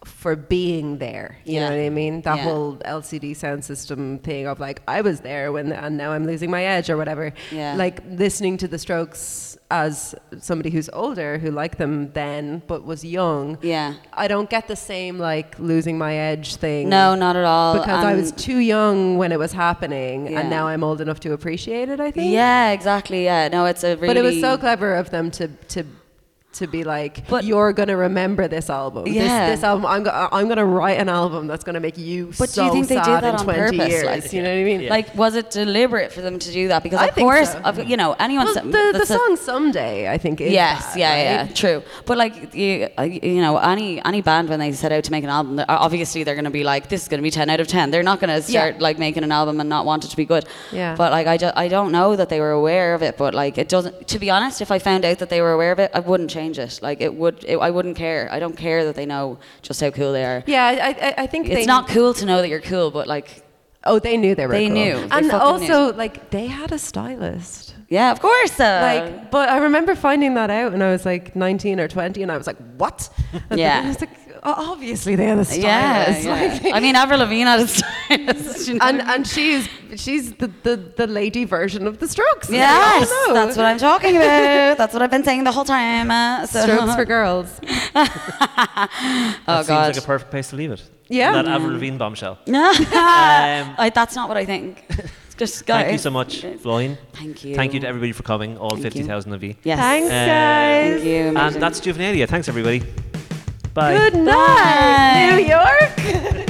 Speaker 2: for being there. You
Speaker 3: Yeah.
Speaker 2: know what I mean? That
Speaker 3: Yeah.
Speaker 2: whole LCD sound system thing of like, I was there when, and now I'm losing my edge or whatever.
Speaker 3: Yeah.
Speaker 2: Like listening to the Strokes as somebody who's older who liked them then but was young.
Speaker 3: Yeah.
Speaker 2: I don't get the same like losing my edge thing.
Speaker 3: No, not at all.
Speaker 2: Because I
Speaker 3: And-
Speaker 2: was too young when it was happening,
Speaker 3: Yeah.
Speaker 2: and now I'm old enough to appreciate it. I think.
Speaker 3: Yeah, exactly. Yeah, no, it's a really.
Speaker 2: But it was so clever of them to to to be like,
Speaker 3: But-
Speaker 2: you're gonna remember this album.
Speaker 3: Yeah.
Speaker 2: This, this album, I'm, go- I'm gonna write an album that's gonna make you
Speaker 3: But do
Speaker 2: so
Speaker 3: you think they did
Speaker 2: sad
Speaker 3: that
Speaker 2: in
Speaker 3: on
Speaker 2: 20
Speaker 3: purpose,
Speaker 2: years.
Speaker 3: like-
Speaker 2: you know what I mean?
Speaker 3: Like, was it deliberate for them to do that? Because
Speaker 2: I
Speaker 3: of
Speaker 2: think
Speaker 3: course,
Speaker 2: so.
Speaker 3: of, you know, anyone.
Speaker 2: well,
Speaker 3: that-
Speaker 2: the, the
Speaker 3: that's a-
Speaker 2: song "Someday" I think is
Speaker 3: yes
Speaker 2: that,
Speaker 3: yeah
Speaker 2: right?
Speaker 3: yeah true but like you, uh, you know any any band when they set out to make an album they're- obviously they're going to be like this is going to be 10 out of 10 they're not going to start like making an album and not want it to be good
Speaker 2: Yeah.
Speaker 3: but like I, ju- I don't know that they were aware of it but like it doesn't to be honest if i found out that they were aware of it i wouldn't change it like it would it, i wouldn't care i don't care that they know just how cool they are
Speaker 2: Yeah, I, I, I think
Speaker 3: it's
Speaker 2: they,
Speaker 3: not cool to know that you're cool but like
Speaker 2: Oh, they knew they were.
Speaker 3: They
Speaker 2: cool.
Speaker 3: knew. They
Speaker 2: and
Speaker 3: fucking
Speaker 2: also like they had a stylist.
Speaker 3: yeah of course uh,
Speaker 2: like, but I remember finding that out when I was like 19 or 20, and I was like, "What?" And
Speaker 3: Yeah.
Speaker 2: I was like, "O- "Obviously, they had a
Speaker 3: yeah,
Speaker 2: stylist."
Speaker 3: yeah.
Speaker 2: Like,
Speaker 3: I mean, Avril Lavigne had a stylist. you know
Speaker 2: and
Speaker 3: what I mean?
Speaker 2: and she's she's the, the, the lady version of the Strokes.
Speaker 3: Yes,
Speaker 2: I don't know.
Speaker 3: that's what I'm talking about. that's what I've been saying the whole time. Uh, so.
Speaker 2: Strokes for girls.
Speaker 3: oh
Speaker 1: that
Speaker 3: God.
Speaker 1: seems like a perfect place to leave it.
Speaker 2: Oh, Yeah.
Speaker 1: That Avril Lavigne bombshell.
Speaker 3: No,
Speaker 1: Um,
Speaker 3: I, that's not what I think. It's Just guys.
Speaker 1: Thank you so much, Floyne.
Speaker 3: Thank you.
Speaker 1: Thank you to everybody for coming, all
Speaker 3: Thank you.
Speaker 1: 50,000 of you.
Speaker 3: Yes.
Speaker 2: Thanks,
Speaker 1: Uh,
Speaker 2: guys.
Speaker 3: Thank you.
Speaker 1: And
Speaker 3: amazing.
Speaker 1: that's Juvenilia. Thanks, everybody. Bye.
Speaker 2: Good night, New York.